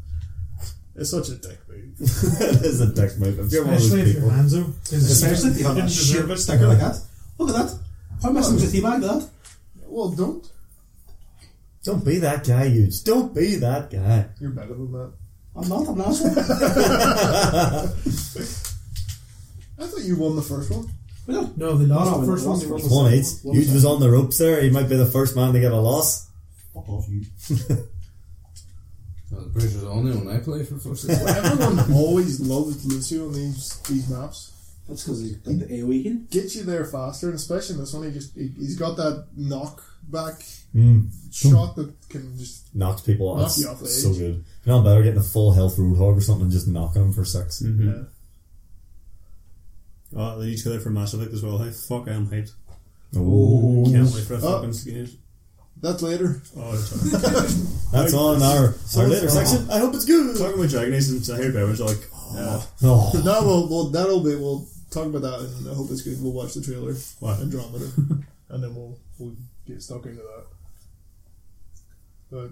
[SPEAKER 3] It's such a dick move.
[SPEAKER 6] that is a dick move. If you're one of Oh,
[SPEAKER 16] Especially
[SPEAKER 6] those
[SPEAKER 16] if you're
[SPEAKER 6] people.
[SPEAKER 16] Manzo.
[SPEAKER 14] Especially if you have a shit bit sticker like that. Look at that. How am I supposed to teabag that?
[SPEAKER 3] Well, don't.
[SPEAKER 6] Don't be that guy, Huge. Don't be that guy.
[SPEAKER 3] You're better than that.
[SPEAKER 14] I'm not, I'm not.
[SPEAKER 3] I thought you won the first one.
[SPEAKER 16] No, the last
[SPEAKER 8] No, no,
[SPEAKER 16] the first
[SPEAKER 8] the
[SPEAKER 16] one.
[SPEAKER 8] last
[SPEAKER 16] was-
[SPEAKER 8] one.
[SPEAKER 6] One eight. Huge was on the ropes there. He might be the first man to get a loss.
[SPEAKER 14] Fuck off, you.
[SPEAKER 10] Well, the pressure's on there when I play for first.
[SPEAKER 3] Everyone always loved Lucio on these these maps.
[SPEAKER 8] That's because he's like the AoE game.
[SPEAKER 3] gets you there faster, and especially in this one, he just he, he's got that knock back
[SPEAKER 16] Hmm.
[SPEAKER 6] Mm.
[SPEAKER 3] shot that can just
[SPEAKER 6] Knocks people off.
[SPEAKER 3] Knock you off the
[SPEAKER 6] so
[SPEAKER 3] edge.
[SPEAKER 6] good. You know, better getting a full health roadhog or something and just knocking him for 6
[SPEAKER 16] Mm-hmm.
[SPEAKER 3] yeah.
[SPEAKER 14] Oh, they each go there for Mass Effect as well. Hey, fuck, I'm hyped.
[SPEAKER 6] Oh.
[SPEAKER 14] Can't wait for a
[SPEAKER 3] Oh.
[SPEAKER 14] fucking skin.
[SPEAKER 3] that's later.
[SPEAKER 14] Oh, sorry.
[SPEAKER 6] That's all in our, our later section.
[SPEAKER 14] I hope it's good. Talking about Oh, Dragon Age, and I hear everyone's like, oh,
[SPEAKER 3] But
[SPEAKER 6] Oh.
[SPEAKER 3] that will will that'll be we'll talk about that, and I hope it's good. We'll watch the trailer
[SPEAKER 14] What?
[SPEAKER 3] Andromeda, and then we'll we'll get stuck into that. But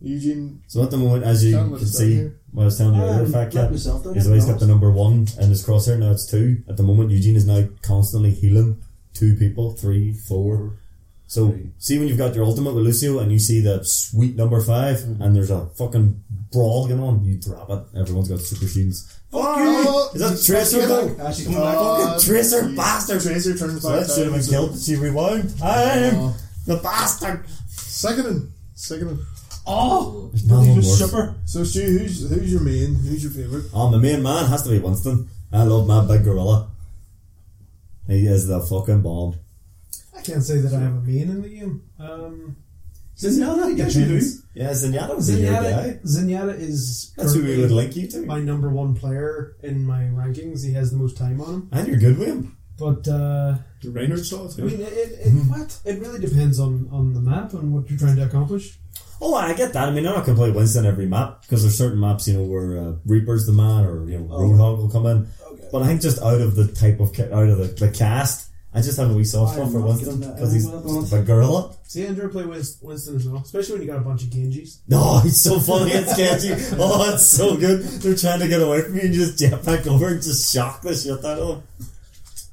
[SPEAKER 3] Eugene.
[SPEAKER 6] So at the moment, as you
[SPEAKER 3] Tell me
[SPEAKER 6] can
[SPEAKER 3] what's
[SPEAKER 6] see,
[SPEAKER 3] down here. Oh,
[SPEAKER 6] what I was telling you earlier,
[SPEAKER 1] Um,
[SPEAKER 6] Fat
[SPEAKER 1] let
[SPEAKER 6] Cat,
[SPEAKER 1] myself down
[SPEAKER 6] he's
[SPEAKER 1] here,
[SPEAKER 6] always
[SPEAKER 1] no.
[SPEAKER 6] got the number one in his crosshair, now it's two. At the moment, Eugene is now constantly healing two people, three, four. So, see when you've got your ultimate with Lucio and you see the sweet number 5
[SPEAKER 3] Mm-hmm.
[SPEAKER 6] and there's a fucking brawl going on, you drop it. Everyone's got super shields.
[SPEAKER 3] Fuck you!
[SPEAKER 6] Is that Tracer though?
[SPEAKER 1] Ah, she's coming back.
[SPEAKER 3] Uh,
[SPEAKER 6] Fucking Tracer,
[SPEAKER 3] you-
[SPEAKER 6] bastard!
[SPEAKER 3] Tracer turns
[SPEAKER 6] So
[SPEAKER 3] back.
[SPEAKER 6] that should have been killed. She rewound. I'm the bastard!
[SPEAKER 3] Seconding. Seconding.
[SPEAKER 6] Oh! There's
[SPEAKER 1] He's
[SPEAKER 6] nothing
[SPEAKER 1] a
[SPEAKER 6] worse.
[SPEAKER 1] shipper.
[SPEAKER 3] So, Stu, who's, who's your main? Who's your favourite?
[SPEAKER 6] Oh, my main man has to be Winston. I love my big gorilla. He is the fucking bomb.
[SPEAKER 8] I can't say that I have a main in the game. Um,
[SPEAKER 6] Zenyatta,
[SPEAKER 8] yes, you do.
[SPEAKER 6] Yeah, Zenyatta's a good guy.
[SPEAKER 8] Zenyatta, Zenyatta is
[SPEAKER 6] That's who we would
[SPEAKER 8] currently
[SPEAKER 6] link you to.
[SPEAKER 8] my number one player in my rankings. He has the most time on him.
[SPEAKER 6] And you're good with him.
[SPEAKER 8] But uh,
[SPEAKER 4] The Reinhardt saw it
[SPEAKER 8] I
[SPEAKER 4] too.
[SPEAKER 8] mean, it, it, it,
[SPEAKER 6] Hmm.
[SPEAKER 8] what? it really depends on, on the map and what you're trying to accomplish.
[SPEAKER 6] Oh, I get that. I mean, I'm not going to play Winston every map because there's certain maps, you know, where uh, Reaper's the man or, you know, Roadhog will come in. But I think just out of the type of, ca- out of the, the cast, I just have a wee soft
[SPEAKER 1] I
[SPEAKER 6] spot
[SPEAKER 1] am
[SPEAKER 6] for
[SPEAKER 1] not
[SPEAKER 6] Winston
[SPEAKER 1] getting that.
[SPEAKER 6] because he's
[SPEAKER 1] I am not.
[SPEAKER 6] just a big gorilla.
[SPEAKER 8] See, I enjoy play with Winston as well, especially when you got a bunch of Genjis.
[SPEAKER 6] No, he's so funny and sketchy. Oh, it's so good. They're trying to get away from you and you just jetpack over and just shock the shit out of them.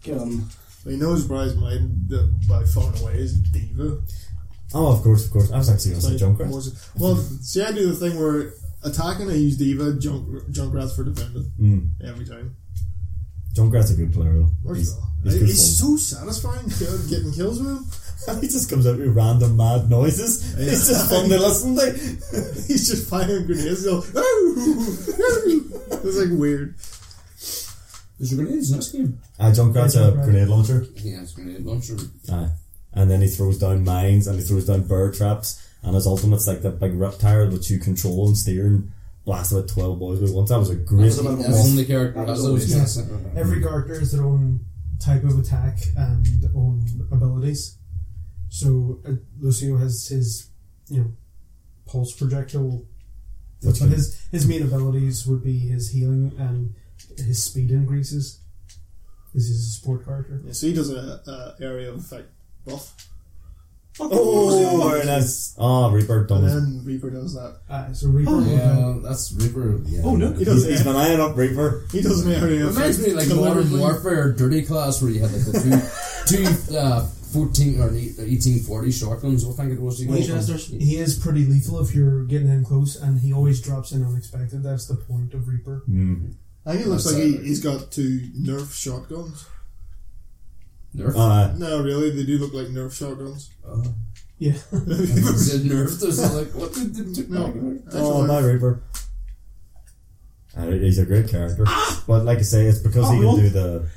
[SPEAKER 1] Get him.
[SPEAKER 3] He knows Brian's mine uh, by far and away is Diva.
[SPEAKER 6] Oh, of course, of course. I was actually going to say
[SPEAKER 3] Like,
[SPEAKER 6] Junkrat.
[SPEAKER 3] was it- Well, see, I do the thing where attacking, I use Diva, junk, Junkrat for defending
[SPEAKER 6] Mm.
[SPEAKER 3] every time.
[SPEAKER 6] Junkrat's a good player, though.
[SPEAKER 3] Where's
[SPEAKER 6] He's,
[SPEAKER 3] that?
[SPEAKER 6] he's good
[SPEAKER 3] He's so satisfying kill- getting kills with him.
[SPEAKER 6] fun. he just comes out with random mad noises.
[SPEAKER 3] Yeah.
[SPEAKER 6] It's just fun to listen to.
[SPEAKER 3] He's just firing grenades. He's all, it's like weird.
[SPEAKER 10] There's grenades in this game.
[SPEAKER 6] Ah, Junkrat's a
[SPEAKER 8] Junkrat.
[SPEAKER 6] grenade launcher.
[SPEAKER 10] Yeah, it's grenade launcher.
[SPEAKER 6] Aye. And then he throws down mines and he throws down bird traps. And his ultimate's like that big reptile which you control and steer and blast about 12 boys with once. That was a great.
[SPEAKER 10] That's the only character that's always
[SPEAKER 8] Yeah.
[SPEAKER 10] yes.
[SPEAKER 8] Every character has their own type of attack and own abilities. So uh, Lucio has his, you know, pulse projectile.
[SPEAKER 6] That's
[SPEAKER 8] but
[SPEAKER 6] good.
[SPEAKER 8] his his main abilities would be his healing and his speed increases. Is he's a support character?
[SPEAKER 3] Yeah, so he does a, a area of effect buff.
[SPEAKER 6] Oh, very nice. Oh, Reaper,
[SPEAKER 3] And
[SPEAKER 6] dumb.
[SPEAKER 3] then Reaper does that.
[SPEAKER 8] Uh, so Reaper.
[SPEAKER 16] Oh,
[SPEAKER 8] would have-
[SPEAKER 10] Yeah, that's Reaper. Yeah.
[SPEAKER 3] Oh, no. He
[SPEAKER 6] He's,
[SPEAKER 3] does,
[SPEAKER 6] he's been eyeing up Reaper.
[SPEAKER 3] he does an area of
[SPEAKER 10] Reminds me
[SPEAKER 3] effect
[SPEAKER 10] like Modern
[SPEAKER 3] deliberately.
[SPEAKER 10] Warfare Dirty Class where you had like the two, two uh, 14 or 1840 shotguns, I think it was. you
[SPEAKER 1] Winchesters.
[SPEAKER 10] know.
[SPEAKER 8] He is pretty lethal if you're getting in close, and he always drops in unexpected. That's the point of Reaper.
[SPEAKER 6] Mm.
[SPEAKER 3] I think it looks
[SPEAKER 10] That's
[SPEAKER 3] like he,
[SPEAKER 10] it.
[SPEAKER 3] he's got two Nerf shotguns.
[SPEAKER 10] Nerf.
[SPEAKER 3] Uh,
[SPEAKER 6] Aye.
[SPEAKER 3] No, really, they do look like Nerf shotguns.
[SPEAKER 8] Yeah.
[SPEAKER 10] Is it nerfed? Is it like, what did they do?
[SPEAKER 3] No.
[SPEAKER 6] Oh, my Reaper. Uh, He's a great character. But like I say, it's because he can do the.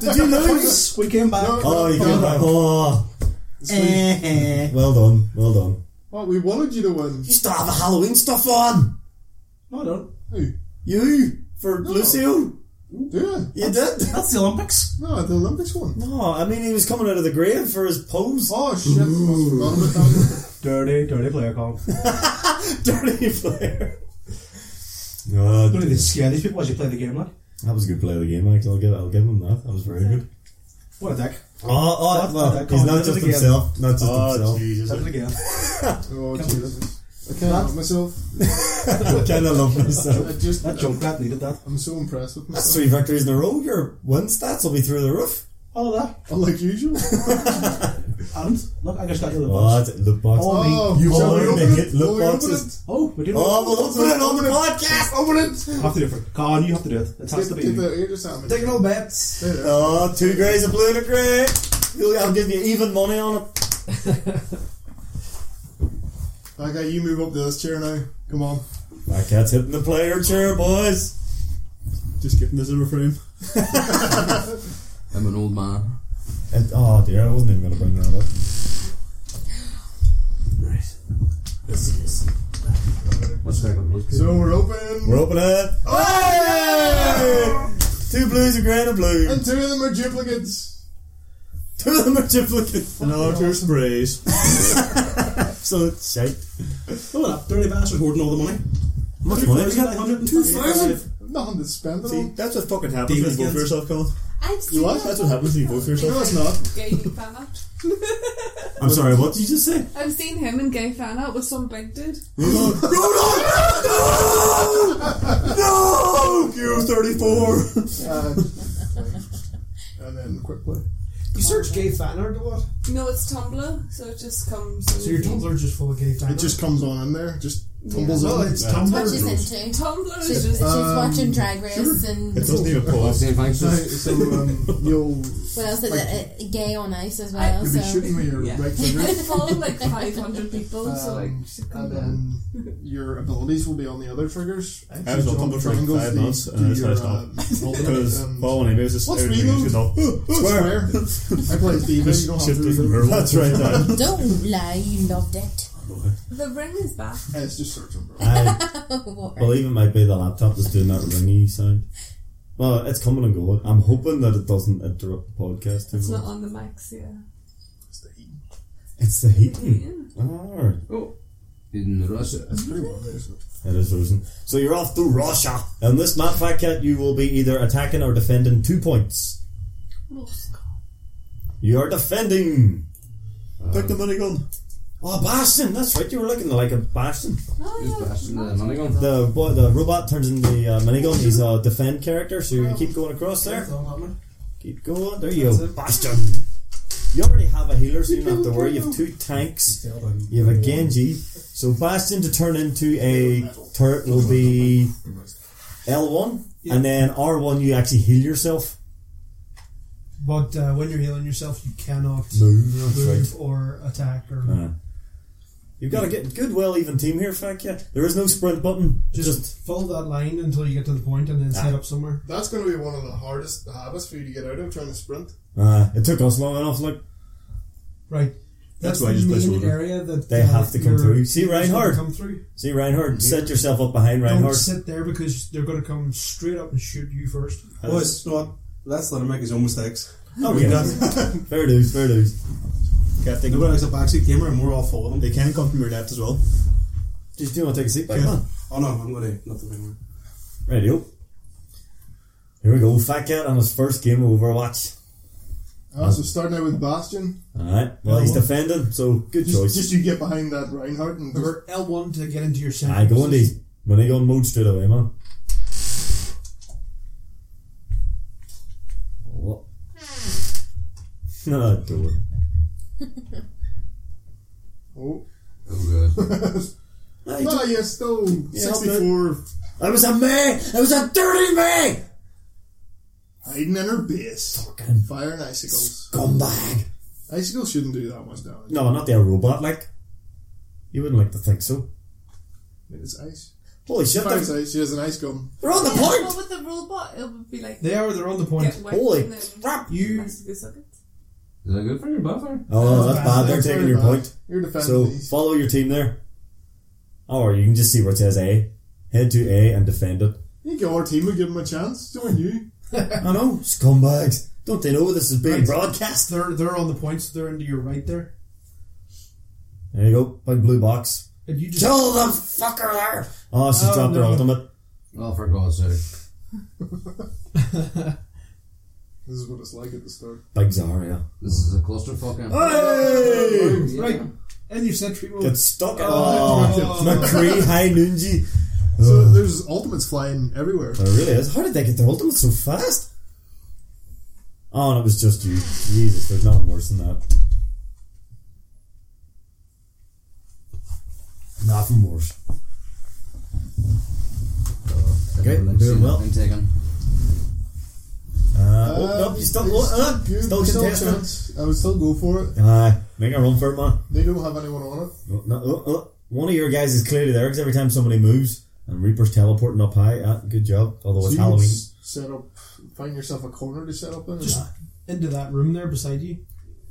[SPEAKER 1] Did you lose? we came back.
[SPEAKER 6] Oh, you can. Oh,
[SPEAKER 3] Sweet.
[SPEAKER 6] well done, well done.
[SPEAKER 3] Well, Oh, we wanted you to win.
[SPEAKER 6] You still have the Halloween stuff on!
[SPEAKER 1] No, I don't.
[SPEAKER 3] Who?
[SPEAKER 6] You! For Lucio!
[SPEAKER 3] Do I?
[SPEAKER 6] You did!
[SPEAKER 1] That's the Olympics.
[SPEAKER 3] No, the Olympics one.
[SPEAKER 6] No, I mean, he was coming out of the grave for his pose.
[SPEAKER 3] Oh, shit. I forgot about that.
[SPEAKER 1] Dirty, dirty player call.
[SPEAKER 6] Dirty player. No,
[SPEAKER 1] Don't even scare these people as you play the game, like.
[SPEAKER 6] that was a good play of the game, Mike. I'll give, I'll give him that. That was very good.
[SPEAKER 1] What a dick.
[SPEAKER 6] Oh, oh,
[SPEAKER 1] What?
[SPEAKER 6] well,
[SPEAKER 1] That
[SPEAKER 6] he's not
[SPEAKER 1] comment
[SPEAKER 6] just
[SPEAKER 1] is again.
[SPEAKER 6] himself. Not just
[SPEAKER 1] Oh,
[SPEAKER 6] himself.
[SPEAKER 4] Jesus.
[SPEAKER 1] Did it again.
[SPEAKER 3] Oh, Jesus. I can't help myself.
[SPEAKER 6] I kind of love myself.
[SPEAKER 3] I just,
[SPEAKER 1] That junk rat needed that.
[SPEAKER 3] I'm so impressed with
[SPEAKER 6] That's
[SPEAKER 3] myself.
[SPEAKER 6] three victories in a row. Your win stats will be through the roof.
[SPEAKER 1] All of that.
[SPEAKER 3] Unlike usual.
[SPEAKER 1] And look, I just got you the
[SPEAKER 6] Oh,
[SPEAKER 1] box.
[SPEAKER 6] that's loot box.
[SPEAKER 1] Oh, me.
[SPEAKER 6] you
[SPEAKER 3] shall we
[SPEAKER 6] already
[SPEAKER 3] open
[SPEAKER 6] hit
[SPEAKER 3] it?
[SPEAKER 6] loot
[SPEAKER 3] Will we
[SPEAKER 6] boxes.
[SPEAKER 1] Oh, we did it.
[SPEAKER 6] Oh, we'll open it on the
[SPEAKER 3] Open it.
[SPEAKER 6] podcast.
[SPEAKER 3] Open it!
[SPEAKER 1] I have to do it for. Come on, you have to do it. It has
[SPEAKER 3] Get
[SPEAKER 1] to
[SPEAKER 3] the,
[SPEAKER 1] be.
[SPEAKER 3] get
[SPEAKER 1] you.
[SPEAKER 3] the ear to Sammy.
[SPEAKER 1] Take no bets.
[SPEAKER 3] There, there.
[SPEAKER 6] Oh, two greys, a blue, and a grey. You'll- I'll give you even money on it.
[SPEAKER 3] Okay, uh, you move up to this chair now. Come on.
[SPEAKER 6] My cat's hitting the player chair, boys.
[SPEAKER 4] Just getting this in a frame.
[SPEAKER 10] I'm an old man.
[SPEAKER 6] And, oh dear, I wasn't even going to bring that up.
[SPEAKER 4] What's that going to look?
[SPEAKER 3] So we're open. Oh,
[SPEAKER 6] We're opening it. Hey! Two blues, a grey, and a blue.
[SPEAKER 3] and two of them are duplicates.
[SPEAKER 6] Two of them are duplicates.
[SPEAKER 4] And Archer sprays.
[SPEAKER 6] So it's shite.
[SPEAKER 4] Look at that dirty bastard hoarding all the money.
[SPEAKER 6] How much money?
[SPEAKER 4] He's got 102
[SPEAKER 3] Nothing to spend it
[SPEAKER 4] See,
[SPEAKER 3] on.
[SPEAKER 4] that's what fucking happens
[SPEAKER 6] Demon
[SPEAKER 4] when you go
[SPEAKER 6] skins.
[SPEAKER 4] for yourself, Colin.
[SPEAKER 12] I've
[SPEAKER 6] You
[SPEAKER 12] seen
[SPEAKER 6] what? That's what happens when you vote for yourself.
[SPEAKER 3] No, it's not.
[SPEAKER 7] Gay fan art.
[SPEAKER 14] I'm sorry, what did you just say?
[SPEAKER 7] I've seen him in gay fan art with some big dude.
[SPEAKER 14] No! Q34!
[SPEAKER 3] Uh, and then quickly.
[SPEAKER 16] You search gay fan art or what?
[SPEAKER 7] No, it's Tumblr, so it just comes. in
[SPEAKER 16] So your
[SPEAKER 7] the feed.
[SPEAKER 16] Tumblr is just full of gay fan
[SPEAKER 3] It just comes on in there, just tumbles
[SPEAKER 16] Well,
[SPEAKER 3] on.
[SPEAKER 16] it's
[SPEAKER 6] Yeah.
[SPEAKER 16] Tumblr.
[SPEAKER 12] what she's into.
[SPEAKER 7] Tumblr
[SPEAKER 12] She's,
[SPEAKER 7] is
[SPEAKER 12] she's
[SPEAKER 7] just.
[SPEAKER 12] watching Drag Race and
[SPEAKER 6] It doesn't even pause.
[SPEAKER 10] Same thanks.
[SPEAKER 3] So, so um, you'll
[SPEAKER 12] what else is
[SPEAKER 3] Like-
[SPEAKER 12] it? Uh, gay on ice as well.
[SPEAKER 3] you'll be
[SPEAKER 12] so
[SPEAKER 3] shooting with your
[SPEAKER 7] Yeah.
[SPEAKER 3] right finger.
[SPEAKER 7] I follow like 500 people, so like.
[SPEAKER 3] Um,
[SPEAKER 7] shit comes
[SPEAKER 3] and
[SPEAKER 7] out.
[SPEAKER 3] then your abilities will be on the other triggers.
[SPEAKER 6] I was on
[SPEAKER 3] John
[SPEAKER 6] Tumblr for like
[SPEAKER 3] Triangles,
[SPEAKER 6] five
[SPEAKER 3] they
[SPEAKER 6] months,
[SPEAKER 3] do
[SPEAKER 6] and I
[SPEAKER 3] your,
[SPEAKER 6] decided
[SPEAKER 3] um,
[SPEAKER 6] Because
[SPEAKER 3] um,
[SPEAKER 6] Paul and Amy was just
[SPEAKER 3] What's
[SPEAKER 6] staring at me and she was all, "Huh, huh, square."
[SPEAKER 3] Square. I play Diva. You don't have
[SPEAKER 6] Shit
[SPEAKER 3] to
[SPEAKER 6] doesn't
[SPEAKER 3] reload.
[SPEAKER 6] hurt. That's right, Dan.
[SPEAKER 12] don't lie, you loved it.
[SPEAKER 7] The ring is back.
[SPEAKER 3] And It's just searching, bro.
[SPEAKER 6] I
[SPEAKER 12] What?
[SPEAKER 6] believe it might be the laptop that's doing that ringy sound. Well, it's coming and going. I'm hoping that it doesn't interrupt the podcast too
[SPEAKER 7] It's
[SPEAKER 6] much.
[SPEAKER 7] not on the mics, yeah.
[SPEAKER 3] It's the heat.
[SPEAKER 6] It's the heating.
[SPEAKER 7] Yeah.
[SPEAKER 6] Alright.
[SPEAKER 10] In Russia.
[SPEAKER 3] It's pretty warm, isn't it?
[SPEAKER 6] It is frozen. So you're off to Russia. And this map, Fat Cat, you will be either attacking or defending two points. You are defending.
[SPEAKER 14] Pick the minigun.
[SPEAKER 6] Oh, Bastion. That's right. You were looking like a Bastion.
[SPEAKER 7] Oh,
[SPEAKER 10] Just
[SPEAKER 7] yeah.
[SPEAKER 10] bashing the money gun.
[SPEAKER 6] The boy, the robot turns into the uh, minigun. He's a defend character, so you keep going across there. Keep going. There you go. Bastion. You already have a healer, so you don't have to worry. You have two tanks. You have a Genji. So Bastion to turn into a turret will be L1, and then R1 you actually heal yourself.
[SPEAKER 16] But uh, when you're healing yourself, you cannot
[SPEAKER 6] Move, that's
[SPEAKER 16] move or attack or.
[SPEAKER 6] Uh, you've got to get good, well, even team here, Fat Cat. There is no sprint button.
[SPEAKER 16] Just,
[SPEAKER 6] Just
[SPEAKER 16] follow that line until you get to the point and then set up somewhere.
[SPEAKER 3] That's going to be one of the hardest habits for you to get out of trying to sprint.
[SPEAKER 6] uh, it took us long enough. Look,
[SPEAKER 16] Right. That's,
[SPEAKER 14] That's why I just play
[SPEAKER 16] the main
[SPEAKER 14] soldier.
[SPEAKER 16] area that
[SPEAKER 6] They
[SPEAKER 16] uh,
[SPEAKER 6] have to come
[SPEAKER 16] your
[SPEAKER 6] through. See,
[SPEAKER 16] people should
[SPEAKER 6] Reinhardt?
[SPEAKER 16] Come through.
[SPEAKER 6] see Reinhardt, set yourself up behind
[SPEAKER 16] Don't
[SPEAKER 6] Reinhardt.
[SPEAKER 16] sit there because they're going to come straight up and shoot you first.
[SPEAKER 14] Oh, it's not. Let's let him make his own mistakes.
[SPEAKER 6] Oh, fair dues, fair dues.
[SPEAKER 14] Can't think about it. It's a backseat gamer and we're all following them. They can come from your left as well.
[SPEAKER 6] Just do you want to take a seat back?
[SPEAKER 14] Yeah.
[SPEAKER 6] man?
[SPEAKER 14] Oh no, I'm going to. Not the wrong way.
[SPEAKER 6] Radio. Here we go, Fat Cat on his first game of Overwatch.
[SPEAKER 3] Uh, so starting out with Bastion,
[SPEAKER 6] Alright, well, he's defending, so good
[SPEAKER 3] just,
[SPEAKER 6] choice.
[SPEAKER 3] just you get behind that Reinhardt and just,
[SPEAKER 16] Remember L1 to get into your center.
[SPEAKER 6] I go
[SPEAKER 16] position.
[SPEAKER 6] indeed. When they go on mode straight away, man. What? No, door.
[SPEAKER 3] oh,
[SPEAKER 10] Oh, God.
[SPEAKER 6] I,
[SPEAKER 3] no, you're still
[SPEAKER 6] Yeah, I'll do it.
[SPEAKER 3] 64
[SPEAKER 6] was a man! I was a dirty man!
[SPEAKER 3] hiding in her base,
[SPEAKER 6] Fucking
[SPEAKER 3] firing icicles.
[SPEAKER 6] Scumbag!
[SPEAKER 3] Icicles shouldn't do that much damage.
[SPEAKER 6] No, not the robot, like. You wouldn't like to think so.
[SPEAKER 3] It's ice.
[SPEAKER 6] Holy shit,
[SPEAKER 3] Fires
[SPEAKER 6] they're,
[SPEAKER 3] ice. She has an ice gun.
[SPEAKER 6] they're on the
[SPEAKER 7] Yeah, But
[SPEAKER 6] point!
[SPEAKER 7] with the robot, it would be like
[SPEAKER 16] They are, they're on the point.
[SPEAKER 7] get wet
[SPEAKER 6] Holy
[SPEAKER 7] and then
[SPEAKER 6] crap!
[SPEAKER 16] You
[SPEAKER 7] has to go suck it.
[SPEAKER 10] Is that good for your buffer?
[SPEAKER 6] Oh, that's bad, they're
[SPEAKER 3] That's
[SPEAKER 6] taking
[SPEAKER 3] very
[SPEAKER 6] your
[SPEAKER 3] bad.
[SPEAKER 6] point.
[SPEAKER 3] You're defending
[SPEAKER 6] So
[SPEAKER 3] these.
[SPEAKER 6] follow your team there. Or you can just see where it says A. Head to A and defend it.
[SPEAKER 3] You think our team would give him a chance? Join you.
[SPEAKER 6] I know, scumbags. Don't they know this is being
[SPEAKER 16] Right.
[SPEAKER 6] broadcast?
[SPEAKER 16] they're they're on the point, so they're into your right there.
[SPEAKER 6] There you go, big blue box.
[SPEAKER 16] And you just
[SPEAKER 6] Kill the fucker there! Oh, she's
[SPEAKER 16] Oh,
[SPEAKER 6] dropped her
[SPEAKER 16] no.
[SPEAKER 6] ultimate.
[SPEAKER 10] Oh, for God's sake.
[SPEAKER 3] This is what it's like at the start.
[SPEAKER 6] Big Zarya.
[SPEAKER 10] This is a clusterfuck.
[SPEAKER 6] Hey!
[SPEAKER 10] Yeah.
[SPEAKER 16] Oh, right in your sentry mode.
[SPEAKER 6] Get stuck in oh, McCree, High Nunji.
[SPEAKER 3] So there's ultimates flying everywhere.
[SPEAKER 6] There really is. How did they get their ultimate so fast? Oh, and it was just you. Jesus, there's nothing worse than that. Nothing worse. Okay,
[SPEAKER 10] Let's
[SPEAKER 6] doing
[SPEAKER 10] see
[SPEAKER 6] well.
[SPEAKER 10] nothing taken.
[SPEAKER 6] Uh, oh, no, you still,
[SPEAKER 3] it's
[SPEAKER 6] uh,
[SPEAKER 3] good,
[SPEAKER 6] still
[SPEAKER 3] still a
[SPEAKER 6] contesting.
[SPEAKER 3] chance. I would still go for it.
[SPEAKER 6] Uh, make a run for it, man.
[SPEAKER 3] They don't have anyone on it.
[SPEAKER 6] Oh, no, oh, oh. One of your guys is clearly there because every time somebody moves, and Reaper's teleporting up high. Ah, good job. Although
[SPEAKER 3] So
[SPEAKER 6] it's
[SPEAKER 3] you can
[SPEAKER 6] Halloween.
[SPEAKER 3] s- set up, find yourself a corner to set up in.
[SPEAKER 16] Just into that room there beside you.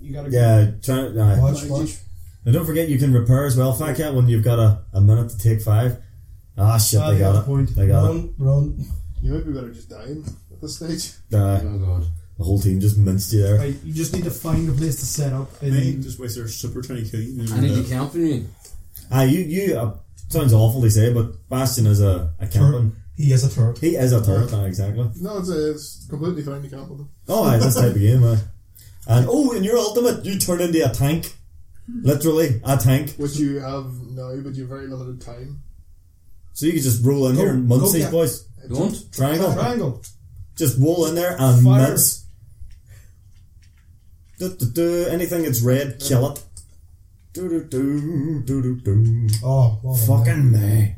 [SPEAKER 16] You gotta
[SPEAKER 6] Yeah, try,
[SPEAKER 16] go.
[SPEAKER 6] uh,
[SPEAKER 16] watch watch.
[SPEAKER 6] Now don't forget you can repair as well, Fat Cat, when you've got a, a minute to take five. Ah shit,
[SPEAKER 16] Ah,
[SPEAKER 6] they
[SPEAKER 16] they got
[SPEAKER 6] got
[SPEAKER 16] the
[SPEAKER 6] it.
[SPEAKER 16] point.
[SPEAKER 6] They got it.
[SPEAKER 8] Run, run.
[SPEAKER 3] you might be better just dying at this stage.
[SPEAKER 6] Uh,
[SPEAKER 10] Oh, God.
[SPEAKER 6] the whole team just minced you there.
[SPEAKER 16] Right, you just need to find a place to set up. And
[SPEAKER 14] They just waste their super trying to kill you.
[SPEAKER 10] I need to camp for you.
[SPEAKER 6] Ah, you you uh, sounds awful to say, but Bastion is a, a camping
[SPEAKER 8] He is a Turk.
[SPEAKER 6] He is a turret, aye, exactly.
[SPEAKER 3] No, it's, it's completely fine to camp with him.
[SPEAKER 6] Oh, aye, this type of game, aye. And oh, in your ultimate, you turn into a tank.
[SPEAKER 8] Hmm.
[SPEAKER 6] Literally, a tank.
[SPEAKER 3] Which you have now, but you're very limited time.
[SPEAKER 6] So you can just roll in here and
[SPEAKER 8] go
[SPEAKER 6] munch these
[SPEAKER 8] get-
[SPEAKER 6] boys.
[SPEAKER 16] Uh,
[SPEAKER 10] Don't.
[SPEAKER 6] Triangle.
[SPEAKER 8] Triangle.
[SPEAKER 6] Just roll in there and
[SPEAKER 8] Fire.
[SPEAKER 6] mince. Do, do, do. Anything that's red, kill it. Do, do, do, do, do, do.
[SPEAKER 8] Oh, well done,
[SPEAKER 6] Fucking me.
[SPEAKER 8] mate.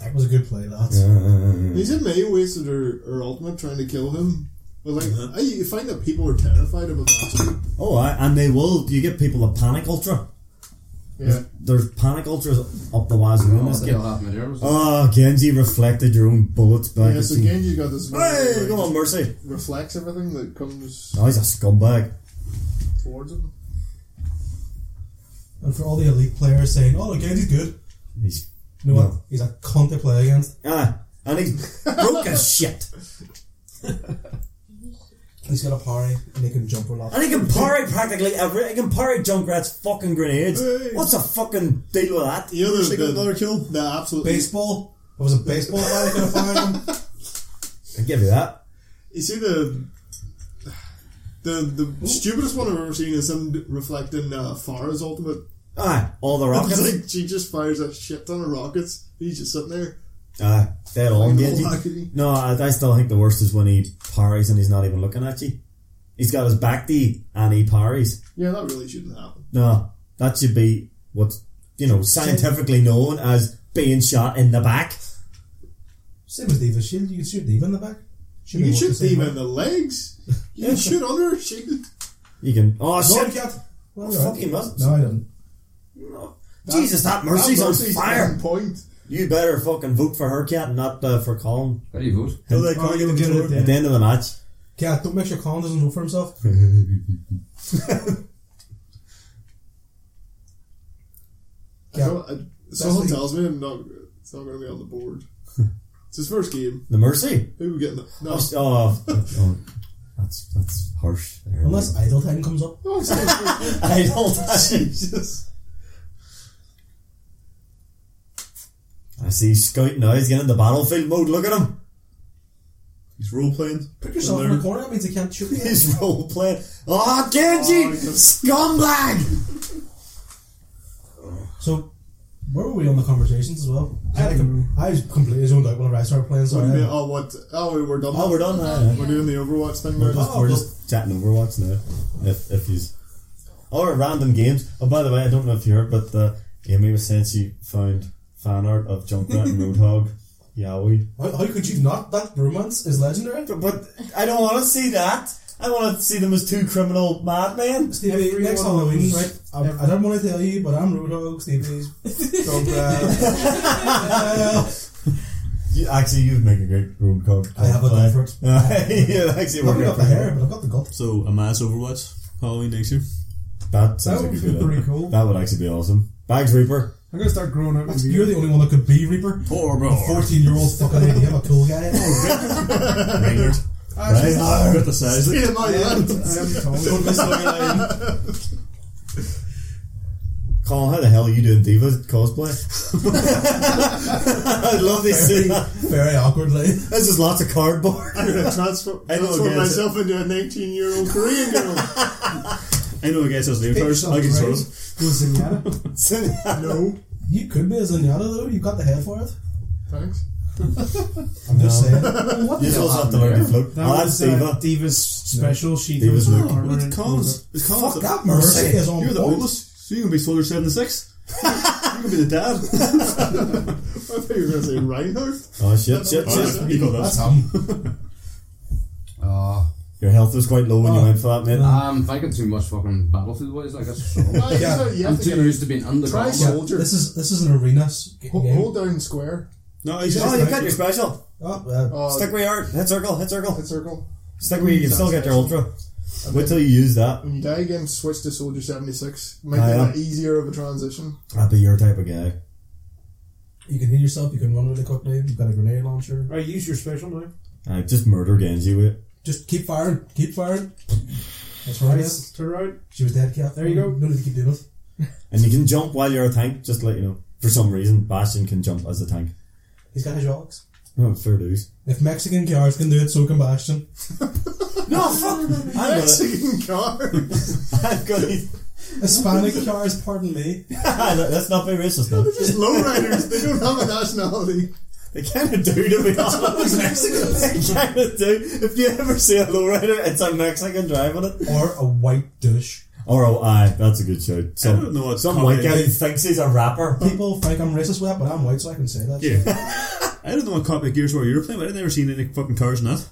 [SPEAKER 8] That was a good play, that.
[SPEAKER 3] He's in May wasted her, her ultimate trying to kill him. But like, I, you find that people are terrified of a bastard.
[SPEAKER 6] Oh, aye, and they will. You get people that panic ultra.
[SPEAKER 3] Yeah.
[SPEAKER 6] There's panic ultras up the wazoo in this game.
[SPEAKER 10] half my nerves.
[SPEAKER 6] Oh, Genji reflected your own bullets back
[SPEAKER 3] Yeah,
[SPEAKER 6] at
[SPEAKER 3] so
[SPEAKER 6] you.
[SPEAKER 3] Genji's got this ability
[SPEAKER 6] Hey,
[SPEAKER 3] where
[SPEAKER 6] go
[SPEAKER 3] he
[SPEAKER 6] on, Mercy.
[SPEAKER 3] just reflects everything that comes
[SPEAKER 6] Oh, he's a scumbag.
[SPEAKER 3] towards him.
[SPEAKER 8] And for all the elite players saying, oh, again, he's good.
[SPEAKER 6] He's
[SPEAKER 8] You know what?
[SPEAKER 6] No.
[SPEAKER 8] He's a cunt to play against.
[SPEAKER 6] ah, and he's broke as shit.
[SPEAKER 8] He's got a parry and he can jump a lot.
[SPEAKER 6] And he can parry practically every. He can parry Junkrat's fucking grenades. What's the fucking deal with that?
[SPEAKER 3] The other,
[SPEAKER 6] She got another kill.
[SPEAKER 3] The absolute.
[SPEAKER 8] Baseball. It was a baseball bat he could have fired him.
[SPEAKER 6] I give you that.
[SPEAKER 3] You see the. The, the stupidest one I've ever seen is him d- reflecting uh, Farah's ultimate.
[SPEAKER 6] Aye, Ah, all the
[SPEAKER 3] It's
[SPEAKER 6] rockets.
[SPEAKER 3] like she just fires a shit ton of rockets. He's just sitting there.
[SPEAKER 6] Aye, dead Ah, on,
[SPEAKER 3] Like,
[SPEAKER 6] Genji.
[SPEAKER 3] oh, how could he?
[SPEAKER 6] No, I, I still think the worst is when he parries and he's not even looking at you. He's got his back to you and he parries.
[SPEAKER 3] Yeah, that really shouldn't happen.
[SPEAKER 6] No, that should be what's, you know, scientifically known as being shot in the back.
[SPEAKER 8] Same as Diva Shield. You can shoot Diva in the back. Should
[SPEAKER 3] You
[SPEAKER 8] be
[SPEAKER 3] can
[SPEAKER 8] worth the
[SPEAKER 3] shoot
[SPEAKER 8] same
[SPEAKER 3] him in
[SPEAKER 8] amount.
[SPEAKER 3] the legs. You can shoot under her shield.
[SPEAKER 6] You can, oh
[SPEAKER 8] No, I
[SPEAKER 6] shit!
[SPEAKER 8] can't. Well,
[SPEAKER 6] Oh,
[SPEAKER 8] you're
[SPEAKER 6] fuck,
[SPEAKER 8] right.
[SPEAKER 6] he must.
[SPEAKER 8] No, I didn't.
[SPEAKER 6] Jesus, that mercy's
[SPEAKER 3] That
[SPEAKER 6] on
[SPEAKER 3] mercy's
[SPEAKER 6] fire!
[SPEAKER 3] on point.
[SPEAKER 6] You better fucking vote for her cat and not uh, for Colin.
[SPEAKER 10] How do you vote?
[SPEAKER 6] Till they
[SPEAKER 8] Oh, you'll get it then.
[SPEAKER 6] At the end of the match.
[SPEAKER 8] Cat, don't make sure Colin doesn't vote for himself. Yeah.
[SPEAKER 3] So, uh, someone
[SPEAKER 8] the-
[SPEAKER 3] tells me I'm not. It's not going to be on the board. it's his first game.
[SPEAKER 6] The mercy?
[SPEAKER 3] Who we getting? The, no,
[SPEAKER 6] Oh, sh- oh, oh, that's, that's harsh.
[SPEAKER 8] Unless Idle Time comes up.
[SPEAKER 3] no, it's not his first game.
[SPEAKER 6] I don't.
[SPEAKER 3] Jesus.
[SPEAKER 6] I see Scout now. He's getting into battlefield mode. Look at him.
[SPEAKER 14] He's role playing.
[SPEAKER 8] Put yourself in the corner. That means he can't shoot you.
[SPEAKER 6] He's role playing. Oh, Genji!
[SPEAKER 3] Oh, he's a-
[SPEAKER 6] scumbag!
[SPEAKER 8] So, where were we on the conversations as well? I, had a com- I was completely zoned out whenever I started playing. Sorry.
[SPEAKER 3] Wouldn't be- Oh, what? Oh, we we're done.
[SPEAKER 6] Oh, we're done now.
[SPEAKER 3] We're doing the Overwatch thing now.
[SPEAKER 6] Just- we're just chatting Overwatch now. If, if he's. Or random games. Oh, by the way, I don't know if you heard, but uh, Amy was saying she found fan art of Junkrat and Roadhog. Yowie.
[SPEAKER 8] How, how could you not? That romance is legendary.
[SPEAKER 6] But, but I don't want to see that. I want to see them as two criminal madmen.
[SPEAKER 8] Stevie, next Halloween, right? I'm, I don't want to tell you, but I'm Roadhog. Stevie's drunk dad.
[SPEAKER 6] You, actually, you'd make a great Roadhog.
[SPEAKER 8] I have a
[SPEAKER 6] guy.
[SPEAKER 8] gun for it.
[SPEAKER 6] yeah, actually,
[SPEAKER 8] I've
[SPEAKER 6] we're
[SPEAKER 8] got the hair, but I've got the gut.
[SPEAKER 14] So a mass Overwatch Halloween next year.
[SPEAKER 6] That
[SPEAKER 16] That
[SPEAKER 6] sounds like a
[SPEAKER 16] would
[SPEAKER 6] good
[SPEAKER 16] be
[SPEAKER 6] idea.
[SPEAKER 16] pretty cool.
[SPEAKER 6] That would actually be awesome. Bags Reaper.
[SPEAKER 16] I'm gonna start growing out. my beard.
[SPEAKER 8] You're the only one that could be Reaper.
[SPEAKER 14] Poor bro.
[SPEAKER 8] Fourteen-year-old fucking idea of a cool guy.
[SPEAKER 16] Oh,
[SPEAKER 14] Reinhardt.
[SPEAKER 6] Reinhardt.
[SPEAKER 14] Got the size.
[SPEAKER 3] Yeah, no, you
[SPEAKER 16] I am
[SPEAKER 3] haven't.
[SPEAKER 16] Tom.
[SPEAKER 6] Colin, how the hell are you doing Diva cosplay? I'd love to see that.
[SPEAKER 8] Very awkwardly.
[SPEAKER 6] There's just lots of cardboard.
[SPEAKER 3] I'm gonna transform,
[SPEAKER 6] I know,
[SPEAKER 3] transform
[SPEAKER 6] guys.
[SPEAKER 3] myself into a 19 year old Korean girl.
[SPEAKER 14] I know a guy says name first. I can sort of.
[SPEAKER 16] Goes Zenyatta.
[SPEAKER 3] no,
[SPEAKER 8] You could be a Zenyatta though. You've got the head for it.
[SPEAKER 3] thanks.
[SPEAKER 8] I'm just saying.
[SPEAKER 6] You just also have to learn to float.
[SPEAKER 16] That
[SPEAKER 6] Oh, that's
[SPEAKER 16] was uh,
[SPEAKER 6] Diva.
[SPEAKER 16] Diva's special. She
[SPEAKER 6] Diva's
[SPEAKER 16] goes with
[SPEAKER 6] look.
[SPEAKER 16] armor
[SPEAKER 14] With
[SPEAKER 16] and-
[SPEAKER 14] cons. It's cons.
[SPEAKER 6] Fuck that mercy.
[SPEAKER 8] Mercy is on
[SPEAKER 14] You're the
[SPEAKER 8] point.
[SPEAKER 14] oldest, so you can be Soldier 76. you can be the dad.
[SPEAKER 3] I thought you were gonna say Reinhardt.
[SPEAKER 6] Oh, shit, shit, shit.
[SPEAKER 14] you got that.
[SPEAKER 8] That's him.
[SPEAKER 10] Ah.
[SPEAKER 6] Your health was quite low when you went for that, mate.
[SPEAKER 10] I'm thinking too much fucking battlefield wise, like that's
[SPEAKER 3] No, you
[SPEAKER 8] Yeah,
[SPEAKER 3] have to- you
[SPEAKER 10] I'm
[SPEAKER 3] have to
[SPEAKER 10] too
[SPEAKER 3] get
[SPEAKER 10] used to being
[SPEAKER 3] try
[SPEAKER 10] underground.
[SPEAKER 3] soldier.
[SPEAKER 8] This is this is an arena s- game.
[SPEAKER 3] Hold, hold down square.
[SPEAKER 14] No, he's
[SPEAKER 6] Oh, you've
[SPEAKER 14] just.
[SPEAKER 6] got your special.
[SPEAKER 8] Oh, uh,
[SPEAKER 3] Uh,
[SPEAKER 6] Stick with your art. Hit circle, hit circle.
[SPEAKER 3] hit circle.
[SPEAKER 6] Stick with your, you can still get your ultra. Wait till you use that.
[SPEAKER 3] When you die again, switch to soldier 76. Make
[SPEAKER 6] I am.
[SPEAKER 3] that easier of a transition.
[SPEAKER 6] I'd be your type of guy.
[SPEAKER 8] you can heal yourself. You can run really quickly. You've got a grenade launcher.
[SPEAKER 16] Right, use your special now.
[SPEAKER 6] I just murder Genji with it.
[SPEAKER 8] Just keep firing. Keep firing. That's right.
[SPEAKER 16] Nice. Turn around.
[SPEAKER 8] She was dead, Cat.
[SPEAKER 16] There you go.
[SPEAKER 8] No need to keep doing it.
[SPEAKER 6] And you can jump while you're a tank, just to let you know. For some reason, Bastion can jump as a tank.
[SPEAKER 8] He's got his jocks.
[SPEAKER 6] No, fair dues.
[SPEAKER 8] If Mexican cars can do it, so can Bastion.
[SPEAKER 6] No, fuck! I'm gonna,
[SPEAKER 3] Mexican car.
[SPEAKER 6] I'm gonna,
[SPEAKER 8] Hispanic cars, pardon me.
[SPEAKER 6] Ah, that's not very racist though.
[SPEAKER 3] Just lowriders. They don't have a nationality.
[SPEAKER 6] They kind of do, to be honest. They kind of do. If you ever see a lowrider, it's a Mexican driving it.
[SPEAKER 8] Or a white douche.
[SPEAKER 6] Or, oh, aye, that's a good show. Some,
[SPEAKER 14] I don't know what's
[SPEAKER 6] some
[SPEAKER 14] coming.
[SPEAKER 6] white guy who thinks he's a rapper.
[SPEAKER 8] People think I'm racist with that, but I'm white, so I can say that.
[SPEAKER 14] Yeah. I don't know what copy of Gears of War you're playing, but I've never seen any fucking cars in that.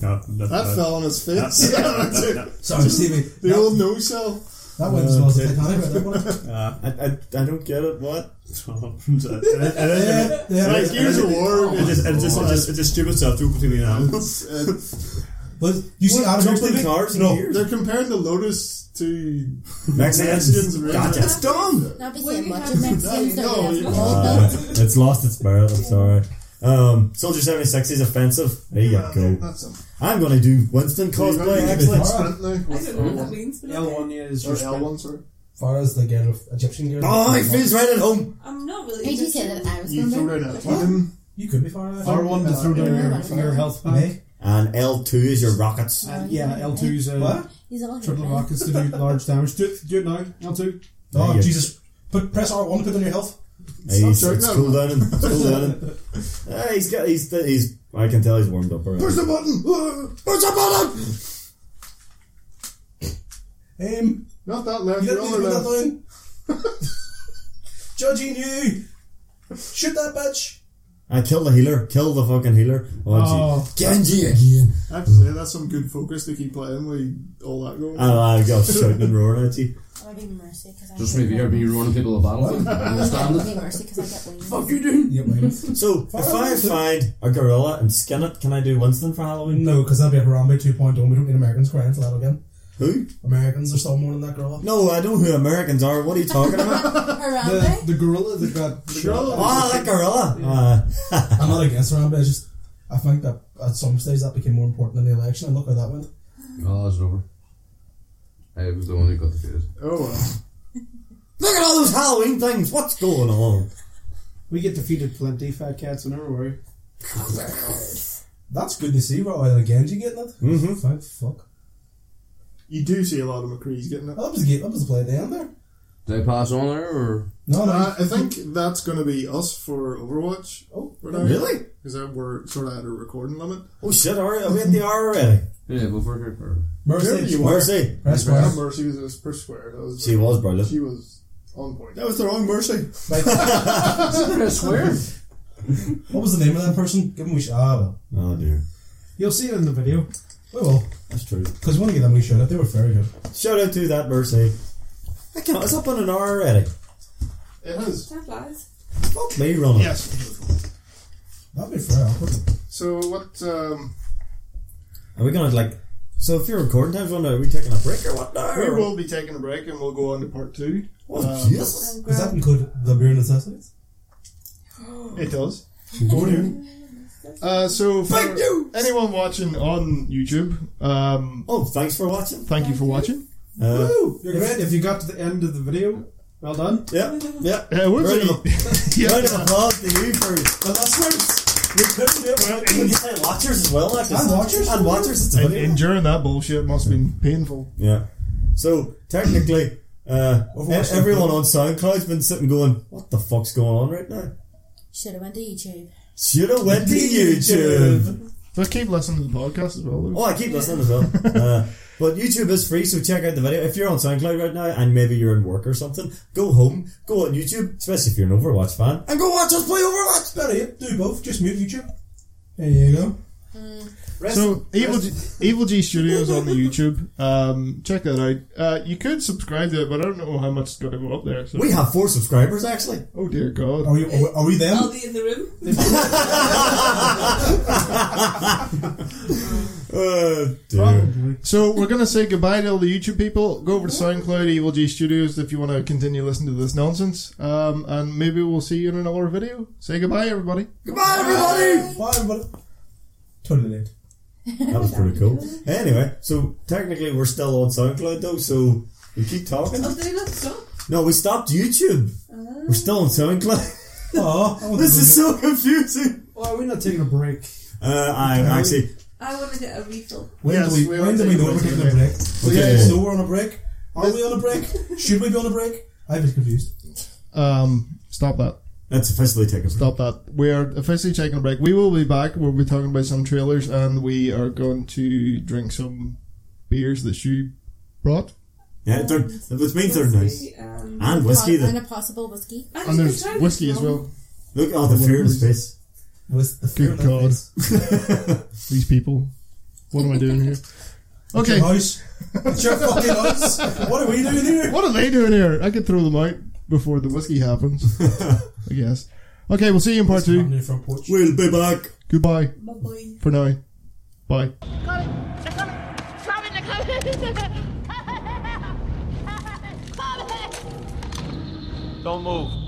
[SPEAKER 14] That,
[SPEAKER 3] That
[SPEAKER 6] Uh,
[SPEAKER 3] fell on his face. yeah, that's it.
[SPEAKER 8] Sorry, Stevie.
[SPEAKER 3] The
[SPEAKER 8] That,
[SPEAKER 3] old no cell.
[SPEAKER 8] that one smells like Titanic, right? That one.
[SPEAKER 6] Uh, I, I, I don't get it. What?
[SPEAKER 8] Yeah, yeah.
[SPEAKER 3] Like Gears of War.
[SPEAKER 14] It's just, it's just, it's just, it's just stupid stuff to between me and Alan.
[SPEAKER 3] it's, uh,
[SPEAKER 8] But you see, Adam Hurst
[SPEAKER 6] Jumping
[SPEAKER 8] did it?
[SPEAKER 6] cars and
[SPEAKER 8] No.
[SPEAKER 6] gears?
[SPEAKER 3] they're comparing the Lotus to
[SPEAKER 6] Mexicans.
[SPEAKER 3] Mexicans. really.
[SPEAKER 6] Gotcha.
[SPEAKER 14] It's dumb!
[SPEAKER 12] Not be
[SPEAKER 7] Well,
[SPEAKER 12] saying
[SPEAKER 7] you
[SPEAKER 12] much
[SPEAKER 7] have
[SPEAKER 12] of
[SPEAKER 7] to-
[SPEAKER 12] Mexicans,
[SPEAKER 3] no,
[SPEAKER 12] though.
[SPEAKER 3] you-
[SPEAKER 12] yeah.
[SPEAKER 6] Uh, it's lost its spirit. I'm sorry. Um, Soldier 76 is offensive. There you
[SPEAKER 3] Yeah,
[SPEAKER 6] go.
[SPEAKER 3] That's a
[SPEAKER 6] I'm going to do Winston cosplay, actually.
[SPEAKER 3] Sprint
[SPEAKER 7] I
[SPEAKER 3] now.
[SPEAKER 7] don't know what that means, but
[SPEAKER 16] L
[SPEAKER 7] okay.
[SPEAKER 16] one yeah is
[SPEAKER 3] Or
[SPEAKER 16] your sprint.
[SPEAKER 3] L1, sorry.
[SPEAKER 8] Far as the girl, Egyptian girl.
[SPEAKER 16] Ah,
[SPEAKER 6] Oh, he feels right at home.
[SPEAKER 7] I'm not really.
[SPEAKER 12] Did you say
[SPEAKER 7] interested.
[SPEAKER 12] that I was
[SPEAKER 3] You throw
[SPEAKER 12] number?
[SPEAKER 3] down a weapon.
[SPEAKER 8] You could be far as
[SPEAKER 16] R one to throw down
[SPEAKER 12] Yeah.
[SPEAKER 16] your, your health pack.
[SPEAKER 8] Me?
[SPEAKER 6] And L2 is your rockets.
[SPEAKER 16] Uh, yeah, L two's uh,
[SPEAKER 8] What?
[SPEAKER 12] He's all here,
[SPEAKER 16] triple
[SPEAKER 12] man.
[SPEAKER 16] rockets to do large damage. Do it, do it now. L two. Ah,
[SPEAKER 8] Oh,
[SPEAKER 6] Yeah.
[SPEAKER 8] Jesus. Put, press R1 to put on your health.
[SPEAKER 6] Hey, he's,
[SPEAKER 3] Stop
[SPEAKER 6] it's
[SPEAKER 3] shouting
[SPEAKER 6] cool down. him. It's cool down. him. Ah, he's got. He's, he's. I can tell he's warmed up already.
[SPEAKER 3] Push the button!
[SPEAKER 6] Push the button.
[SPEAKER 8] Um,
[SPEAKER 3] Not that left,
[SPEAKER 8] you
[SPEAKER 3] you're
[SPEAKER 8] didn't
[SPEAKER 3] on
[SPEAKER 8] need
[SPEAKER 3] the
[SPEAKER 8] to put
[SPEAKER 3] left.
[SPEAKER 8] that down. Judging you. Shoot that bitch.
[SPEAKER 6] I kill the healer. Kill the fucking healer. Oh,
[SPEAKER 8] Ah.
[SPEAKER 16] Oh.
[SPEAKER 6] gee. Genji again.
[SPEAKER 3] I have to say, that's some good focus to keep playing with all that going.
[SPEAKER 6] And I got shouting and roaring at you.
[SPEAKER 12] I'll be mercy because I
[SPEAKER 10] Just
[SPEAKER 12] get
[SPEAKER 10] maybe you're
[SPEAKER 12] wings.
[SPEAKER 10] being running people a battlefield. I understand
[SPEAKER 12] I'll
[SPEAKER 10] it.
[SPEAKER 12] be mercy because I get wings.
[SPEAKER 10] Fuck you doing?
[SPEAKER 8] Yeah, wait.
[SPEAKER 6] So if I find a gorilla and skin it, can I do Winston for Halloween?
[SPEAKER 8] No, because that'd be a Harambe 2.0. We don't need Americans crying for that again.
[SPEAKER 6] Who?
[SPEAKER 8] Americans are still more than that girl.
[SPEAKER 6] No, I know who Americans are. What are you talking about?
[SPEAKER 12] Harambe?
[SPEAKER 16] The, the gorilla Ah, that got the
[SPEAKER 6] oh, that gorilla. Uh,
[SPEAKER 8] I'm not against Harambe. I just I think that at some stage that became more important than the election. And look how that went.
[SPEAKER 10] Oh, it's over. I was the one who got defeated.
[SPEAKER 3] Oh well.
[SPEAKER 6] look at all those Halloween things. What's going on?
[SPEAKER 16] We get defeated plenty, fat cats, so never worry.
[SPEAKER 8] That's good to see. Rather than Genji getting it.
[SPEAKER 6] Mm-hmm.
[SPEAKER 8] Thank fuck.
[SPEAKER 3] You do see a lot of McCree's getting it.
[SPEAKER 8] Oh, that was the game. That was the play at the end there.
[SPEAKER 10] Did I pass on there or?
[SPEAKER 8] No, no.
[SPEAKER 3] Uh, I think that's going to be us for Overwatch.
[SPEAKER 8] oh,
[SPEAKER 3] We're not-
[SPEAKER 6] Really?
[SPEAKER 3] Because that we're sort of at a recording limit.
[SPEAKER 6] Oh shit! Are we are we at the hour already?
[SPEAKER 10] Yeah, but for her.
[SPEAKER 8] mercy.
[SPEAKER 3] you were.
[SPEAKER 6] Mercy.
[SPEAKER 8] Press
[SPEAKER 3] Yeah,
[SPEAKER 8] one.
[SPEAKER 3] Mercy was was per square. That was
[SPEAKER 6] She was brilliant.
[SPEAKER 3] She was on point.
[SPEAKER 6] was the wrong mercy.
[SPEAKER 10] I swear.
[SPEAKER 8] What was the name of that person? Give him a wee shout. Ah, well.
[SPEAKER 6] Oh dear.
[SPEAKER 16] You'll see it in the video.
[SPEAKER 8] We will.
[SPEAKER 6] That's true.
[SPEAKER 8] Because we want to give them a wee shout out. They were very good.
[SPEAKER 6] Shout out to that mercy. I can't. It's up on an hour already.
[SPEAKER 3] It has.
[SPEAKER 7] That lies.
[SPEAKER 6] Fuck me, running.
[SPEAKER 3] Yes.
[SPEAKER 8] That'd be fair. awkward.
[SPEAKER 3] So what? Um,
[SPEAKER 6] Are we gonna like? So if you're recording times, one, are we taking a break or what? No.
[SPEAKER 3] we will be taking a break and we'll go on to part two.
[SPEAKER 6] Oh
[SPEAKER 3] Um,
[SPEAKER 6] Jesus!
[SPEAKER 7] I'm
[SPEAKER 8] Does that
[SPEAKER 7] glad.
[SPEAKER 8] include the beer necessities?
[SPEAKER 3] It does. Go on. Uh, so for
[SPEAKER 6] Thank you.
[SPEAKER 3] anyone watching on YouTube, um,
[SPEAKER 6] Oh, thanks for watching.
[SPEAKER 3] thank you for watching.
[SPEAKER 6] Uh,
[SPEAKER 16] Woo! You're great. If you got to the end of the video, well done.
[SPEAKER 6] yeah, yeah.
[SPEAKER 3] Uh, we'll
[SPEAKER 6] Round
[SPEAKER 3] see-
[SPEAKER 6] of, round of applause to you for the listeners. You couldn't do it without you say watchers as well. Like, and
[SPEAKER 8] watchers?
[SPEAKER 6] and watchers. It's a
[SPEAKER 3] And
[SPEAKER 6] video.
[SPEAKER 3] enduring that bullshit must have been painful.
[SPEAKER 6] Yeah. So technically, uh,
[SPEAKER 8] Overwatch
[SPEAKER 6] e- everyone on SoundCloud's been sitting going, "What the fuck's going on right now?"
[SPEAKER 12] Should have went to YouTube.
[SPEAKER 6] Should have went to YouTube.
[SPEAKER 3] But keep listening to the podcast as well. Though.
[SPEAKER 6] Oh, I keep listening as well. Uh, but YouTube is free, so check out the video. If you're on SoundCloud right now and maybe you're in work or something, go home, go on YouTube, especially if you're an Overwatch fan, and go watch us play Overwatch.
[SPEAKER 8] Better yet, do both. Just mute YouTube. There you go.
[SPEAKER 6] Oh,
[SPEAKER 3] So Evil G, Evil G Studios on the YouTube. Um, check that out. Uh, you could subscribe to it, but I don't know how much is going to go up there. So.
[SPEAKER 6] We have four subscribers actually.
[SPEAKER 3] oh dear
[SPEAKER 8] Are
[SPEAKER 3] God!
[SPEAKER 8] we, are we, are we them?
[SPEAKER 7] I'll be in the room.
[SPEAKER 6] Uh, dear.
[SPEAKER 16] Probably.
[SPEAKER 3] So we're going to say goodbye to all the YouTube people. Go over to SoundCloud Evil G Studios if you want to continue listening to this nonsense. Um, and maybe we'll see you in another video. Say goodbye, everybody.
[SPEAKER 6] Goodbye, everybody.
[SPEAKER 8] Bye, everybody. Totally late.
[SPEAKER 6] That was pretty cool. Anyway, so technically we're still on SoundCloud though, so we keep talking.
[SPEAKER 7] Oh, they not stop.
[SPEAKER 6] No, we stopped YouTube. We're still on SoundCloud.
[SPEAKER 8] Oh, I want
[SPEAKER 6] This
[SPEAKER 8] to go
[SPEAKER 6] is
[SPEAKER 8] get-
[SPEAKER 6] so confusing.
[SPEAKER 17] Why are we not taking a break?
[SPEAKER 6] Uh, I actually.
[SPEAKER 7] I want to get a refill.
[SPEAKER 8] When
[SPEAKER 18] Yes,
[SPEAKER 8] do we,
[SPEAKER 18] we
[SPEAKER 8] when
[SPEAKER 18] are
[SPEAKER 8] do we
[SPEAKER 18] taking
[SPEAKER 8] know we're
[SPEAKER 18] a break.
[SPEAKER 8] taking a break?
[SPEAKER 6] Okay.
[SPEAKER 8] Okay, so we're on a break. Are we on a break? Should we be on a break? I was confused.
[SPEAKER 3] Um, stop that.
[SPEAKER 6] Let's officially take a break.
[SPEAKER 3] Stop that. We are officially taking a break. We will be back. We'll be talking about some trailers and we are going to drink some beers that you brought.
[SPEAKER 6] Yeah, they're, which means they're nice.
[SPEAKER 7] Whiskey, um,
[SPEAKER 6] And whiskey.
[SPEAKER 19] and
[SPEAKER 6] That,
[SPEAKER 19] a possible whiskey.
[SPEAKER 7] I
[SPEAKER 3] And
[SPEAKER 7] think
[SPEAKER 3] there's
[SPEAKER 7] I tried
[SPEAKER 3] whiskey
[SPEAKER 7] this
[SPEAKER 3] as
[SPEAKER 7] one.
[SPEAKER 3] well.
[SPEAKER 6] look, oh, the fear in his face.
[SPEAKER 17] With the
[SPEAKER 3] Good
[SPEAKER 17] fear
[SPEAKER 3] God.
[SPEAKER 17] of
[SPEAKER 3] These people. What am I doing here? Okay.
[SPEAKER 8] House. It's your fucking house. What are we doing here?
[SPEAKER 3] What are they doing here? I could throw them out before the whiskey happens. I guess. Okay, we'll see you in part
[SPEAKER 8] Happening
[SPEAKER 3] two.
[SPEAKER 8] in the front porch.
[SPEAKER 6] We'll be back.
[SPEAKER 3] Goodbye
[SPEAKER 7] Bye-bye.
[SPEAKER 3] for now. Bye.
[SPEAKER 12] They're coming! Robin, they're coming! Coming!
[SPEAKER 20] Don't move.